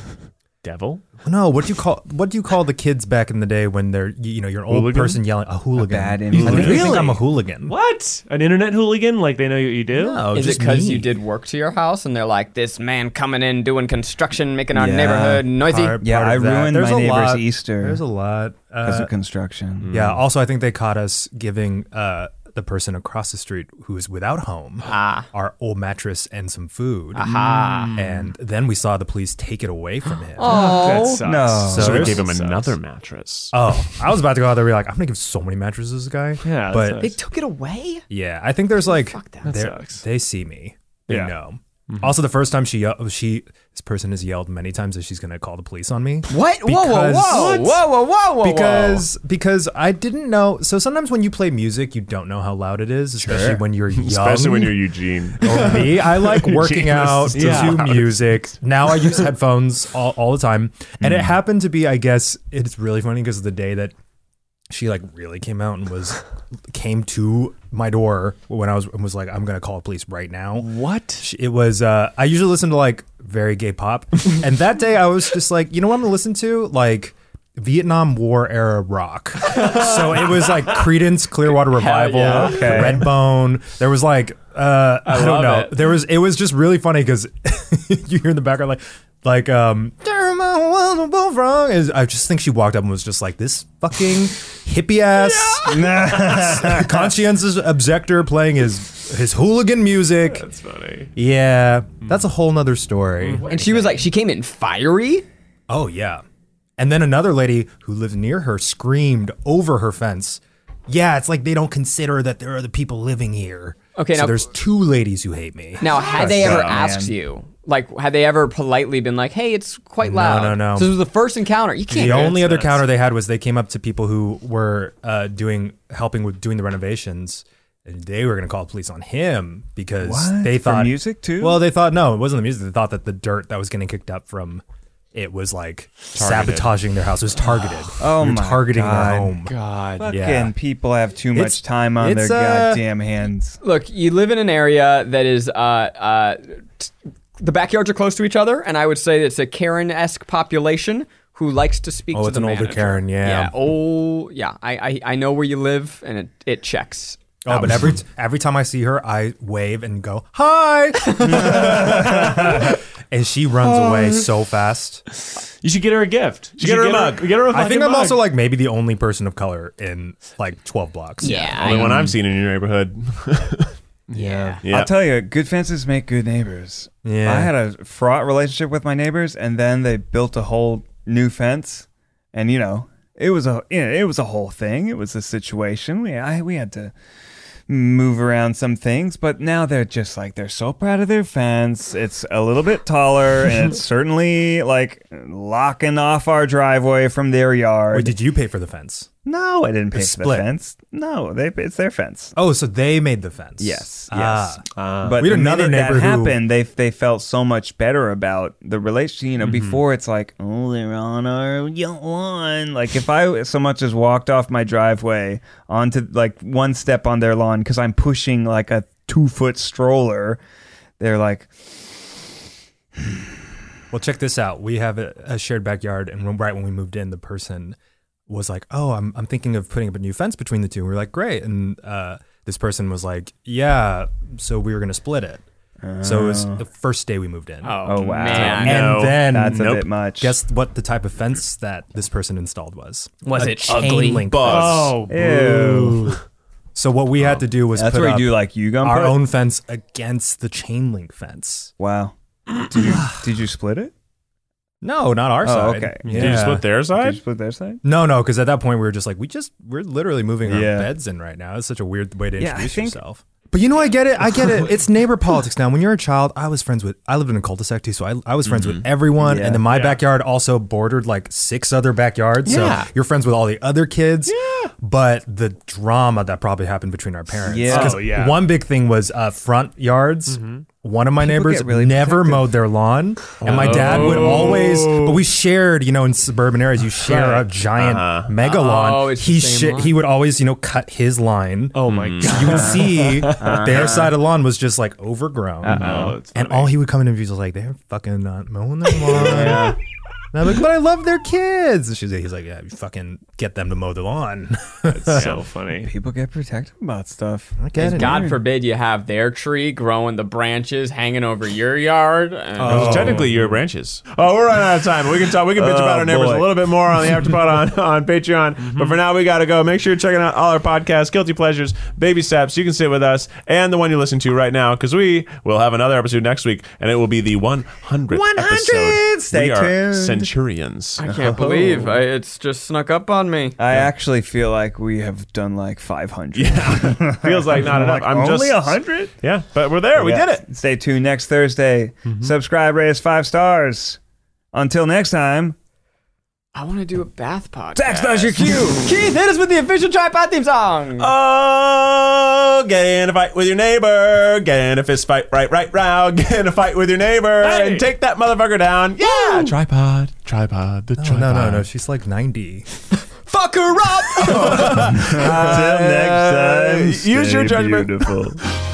Speaker 5: Devil.
Speaker 6: no, what do you call what do you call the kids back in the day when they're you you know you're an old
Speaker 5: Hooligan?
Speaker 6: person yelling a hooligan?
Speaker 4: bad
Speaker 6: I think they think
Speaker 3: Really?
Speaker 6: I'm a hooligan.
Speaker 3: What? An internet hooligan? Like they know what you do?
Speaker 6: No,
Speaker 2: Is it
Speaker 6: Oh, just
Speaker 2: because you
Speaker 6: me.
Speaker 2: did work to your house and they're like, this man coming in doing construction, making our
Speaker 4: Yeah.
Speaker 2: neighborhood noisy?
Speaker 6: Part-
Speaker 4: Yeah,
Speaker 6: part
Speaker 4: I
Speaker 6: of that.
Speaker 4: ruined my
Speaker 6: There's a
Speaker 4: neighbor's
Speaker 6: lot-
Speaker 4: Easter.
Speaker 6: There's a lot.
Speaker 4: Because
Speaker 6: Uh,
Speaker 4: of construction.
Speaker 6: yeah. Also, I think they caught us giving uh, the person across the street who is without home our old mattress and some food. And then we saw the police take it away from him.
Speaker 3: That sucks.
Speaker 4: No.
Speaker 5: So we
Speaker 6: there's-
Speaker 5: gave him another mattress.
Speaker 6: Oh, I was about to go out there and be like, I'm gonna give so many mattresses to this guy.
Speaker 3: Yeah, that
Speaker 6: but
Speaker 2: They took it away?
Speaker 6: yeah, I think there's like
Speaker 2: that.
Speaker 6: they're-
Speaker 3: sucks.
Speaker 6: they see me. They
Speaker 3: Yeah.
Speaker 6: know. Also, the first time she yell- she this person has yelled many times that she's gonna call the police on me.
Speaker 2: What? Whoa, whoa,
Speaker 6: Because-
Speaker 2: whoa, whoa, whoa, whoa, whoa.
Speaker 6: because because I didn't know. So sometimes when you play music, you don't know how loud it is, especially when you're young.
Speaker 5: Especially when you're Eugene.
Speaker 6: Or me, I like working out to
Speaker 3: Yeah.
Speaker 6: music. Now I use headphones all, all the time, and it happened to be. I guess it's really funny because of the day that she like really came out and was came to my door when I was and was like, "I'm gonna call the police right now."
Speaker 3: What?
Speaker 6: She- It was. Uh, I usually listen to like very gay pop, and that day I was just like, you know what I'm gonna listen to like. Vietnam War era rock. so it was like Credence Clearwater Revival,
Speaker 2: yeah.
Speaker 4: Okay.
Speaker 6: Redbone. There was like uh, I,
Speaker 2: love
Speaker 6: don't know.
Speaker 2: it.
Speaker 6: There was it was just really funny because you hear in the background like like um wrong is I just think she walked up and was just like this fucking hippie ass conscientious objector playing his his hooligan music.
Speaker 5: That's funny.
Speaker 6: Yeah, that's a whole nother story.
Speaker 2: And she was like, she came in fiery?
Speaker 6: Oh yeah, and then another lady who lived near her screamed over her fence. Yeah, it's like they don't consider that there are other people living here.
Speaker 2: Okay,
Speaker 6: so
Speaker 2: now-
Speaker 6: there's two ladies who hate me.
Speaker 2: Now, had they
Speaker 4: Shut
Speaker 2: ever
Speaker 4: up,
Speaker 2: asked
Speaker 4: man.
Speaker 2: you, like, had they ever politely been like, "Hey, it's quite loud"?
Speaker 6: no, no.
Speaker 2: So this was the first encounter. You can't.
Speaker 6: the only other counter they had was they came up to people who were uh, doing helping with doing the renovations. And they were going to call the police on him because
Speaker 4: What?
Speaker 6: they
Speaker 4: For
Speaker 6: thought
Speaker 4: music, too?
Speaker 6: Well, they thought no, it wasn't the music. They thought that the dirt that was getting kicked up from it was like sabotaging their house. It was targeted.
Speaker 4: Oh
Speaker 6: They were
Speaker 4: my
Speaker 6: targeting
Speaker 4: God.
Speaker 6: their home.
Speaker 3: God.
Speaker 4: Fucking
Speaker 6: Yeah.
Speaker 4: people have too much
Speaker 6: It's-
Speaker 4: time on their
Speaker 6: it's, uh,
Speaker 4: goddamn hands.
Speaker 2: Look, you live in an area that is. Uh, uh, t- the backyards are close to each other, and I would say it's a Karen-esque population who likes to speak.
Speaker 6: Oh,
Speaker 2: to
Speaker 6: it's
Speaker 2: the
Speaker 6: an older
Speaker 2: manager.
Speaker 6: Karen, yeah.
Speaker 2: Yeah. Oh, yeah. I, I, I know where you live, and it, it checks.
Speaker 6: Oh, but every every time I see her, I wave and go hi, and she runs
Speaker 4: Oh.
Speaker 6: away so fast.
Speaker 3: You should get her a gift. You should
Speaker 5: get her a mug.
Speaker 3: Get her a
Speaker 6: I
Speaker 3: fucking
Speaker 6: think I'm
Speaker 3: mug.
Speaker 6: also like maybe the only person of color in like 12 blocks.
Speaker 5: Only one I've seen in your neighborhood.
Speaker 2: Yeah.
Speaker 5: yeah.
Speaker 4: I'll tell you, good fences make good neighbors.
Speaker 6: Yeah.
Speaker 4: I had a fraught relationship with my neighbors, and then they built a whole new fence, and you know, it was a you know, it was a whole thing. It was a situation. We I, we had to move around some things, but now they're just like they're so proud of their fence. It's a little bit taller, and it's certainly like locking off our driveway from their yard.
Speaker 6: Wait, did you pay for the fence?
Speaker 4: no, I didn't pay
Speaker 6: It's
Speaker 4: for
Speaker 6: split.
Speaker 4: the fence. No, they it's their fence.
Speaker 6: Oh, so they made the fence.
Speaker 4: Yes.
Speaker 6: Ah.
Speaker 4: Yes. but
Speaker 6: We had
Speaker 4: the
Speaker 6: another
Speaker 4: minute
Speaker 6: neighbor
Speaker 4: that
Speaker 6: who-
Speaker 4: happened, they they felt so much better about the relationship.
Speaker 6: Mm-hmm.
Speaker 4: You know, before it's like, oh, they're on our lawn. Like if I so much as walked off my driveway onto like one step on their lawn because I'm pushing like a two foot stroller, they're like,
Speaker 6: Well, check this out. We have a, a shared backyard, and when, right when we moved in, the person was like, "Oh, I'm I'm thinking of putting up a new fence between the two. And we were like, "Great!" And uh, this person was like, "Yeah." So we were gonna split it. So it was the first day we moved in.
Speaker 4: oh, wow,
Speaker 2: man.
Speaker 6: And
Speaker 5: No,
Speaker 6: then
Speaker 4: Oh. that's a bit much.
Speaker 6: guess what the type of fence that this person installed was?
Speaker 2: Was
Speaker 6: a
Speaker 2: it
Speaker 6: chain
Speaker 2: ugly?
Speaker 6: link fence.
Speaker 3: Oh,
Speaker 4: Ew.
Speaker 6: So what we had to do was
Speaker 4: That's
Speaker 6: put
Speaker 4: where you
Speaker 6: up
Speaker 4: do like you gum.
Speaker 6: our
Speaker 4: put?
Speaker 6: own fence against the chain link fence.
Speaker 4: Wow. Did you did you split it?
Speaker 6: No, not our
Speaker 4: Oh,
Speaker 6: side.
Speaker 4: okay.
Speaker 6: Yeah.
Speaker 5: Did you split their
Speaker 4: Did
Speaker 5: side?
Speaker 4: you split their side?
Speaker 6: No, no, because at that point we were just like, we just we're literally moving our
Speaker 4: Yeah.
Speaker 6: beds in right now. It's such a weird way to
Speaker 4: Yeah, I
Speaker 6: introduce
Speaker 4: think-
Speaker 6: yourself. But you know, I get it. I get it. It's neighbor politics now. When you're a child, I was friends with. I lived in a cul-de-sac too, so I, I was friends with everyone.
Speaker 4: Mm-hmm. Yeah.
Speaker 6: And then my backyard also bordered like six other backyards.
Speaker 2: Yeah.
Speaker 6: So you're friends with all the other kids. Yeah. But the drama that probably happened between our parents.
Speaker 4: Yeah.
Speaker 6: 'Cause
Speaker 5: Oh, yeah.
Speaker 6: One big thing was uh, front yards.
Speaker 3: Mm-hmm.
Speaker 6: One of my neighbors
Speaker 4: get really
Speaker 6: never
Speaker 4: protective.
Speaker 6: mowed their lawn, and my dad would
Speaker 3: Oh.
Speaker 6: always. But we shared, you know, in suburban areas, you share a giant
Speaker 3: Uh-huh.
Speaker 6: mega lawn.
Speaker 2: Oh, it's the
Speaker 6: he
Speaker 2: same
Speaker 6: shi-
Speaker 2: lawn.
Speaker 6: he would always, you know, cut his line.
Speaker 3: oh my god. Uh-huh.
Speaker 6: You would see their side of the lawn was just like overgrown,
Speaker 3: Oh,
Speaker 6: and all he would come in and be just like, "They're fucking not mowing their lawn." And I'm like, "But I love their kids." And she's like, "He's like, yeah, you fucking get them to mow the lawn."
Speaker 3: That's so funny.
Speaker 4: People get protective about stuff.
Speaker 6: I get it.
Speaker 2: God forbid you have their tree growing the branches hanging over your yard.
Speaker 5: It was technically your branches. Oh, we're running out of time. We can talk. We can bitch about our neighbors
Speaker 4: boy.
Speaker 5: a little bit more on the afterpod on, on Patreon. But for now, we gotta go. Make sure you're checking out all our podcasts, Guilty Pleasures, Baby Steps. You can sit with us and the one you listen to right now, because we will have another episode next week, and it will be the 100th
Speaker 4: 100!
Speaker 5: episode.
Speaker 4: Stay
Speaker 5: we are
Speaker 4: tuned.
Speaker 5: centurions.
Speaker 2: I can't believe I, it's just snuck up on me.
Speaker 4: I actually feel like we have done like 500.
Speaker 5: Yeah, feels like not enough.
Speaker 4: Like,
Speaker 5: I'm
Speaker 4: only
Speaker 5: just
Speaker 4: 100?
Speaker 5: Yeah, but we're there. We
Speaker 4: Yeah.
Speaker 5: did it. Mm-hmm.
Speaker 4: Stay tuned next Thursday. Subscribe, rate us five stars. Until next time,
Speaker 2: I want to do a bath pod.
Speaker 4: tax does your cue.
Speaker 2: Keith, hit us with the official tripod theme song.
Speaker 5: Uh, Oh, get in a fight with your neighbor. Get in a fist fight right, right round. Get in a fight with your neighbor and take that motherfucker down. Yeah, tripod, tripod, the
Speaker 6: No,
Speaker 5: tripod.
Speaker 6: no, no, no. She's like 90.
Speaker 2: Fuck her up.
Speaker 4: Until next time,
Speaker 5: Uh, use your
Speaker 4: stay
Speaker 5: judgment.
Speaker 4: Beautiful.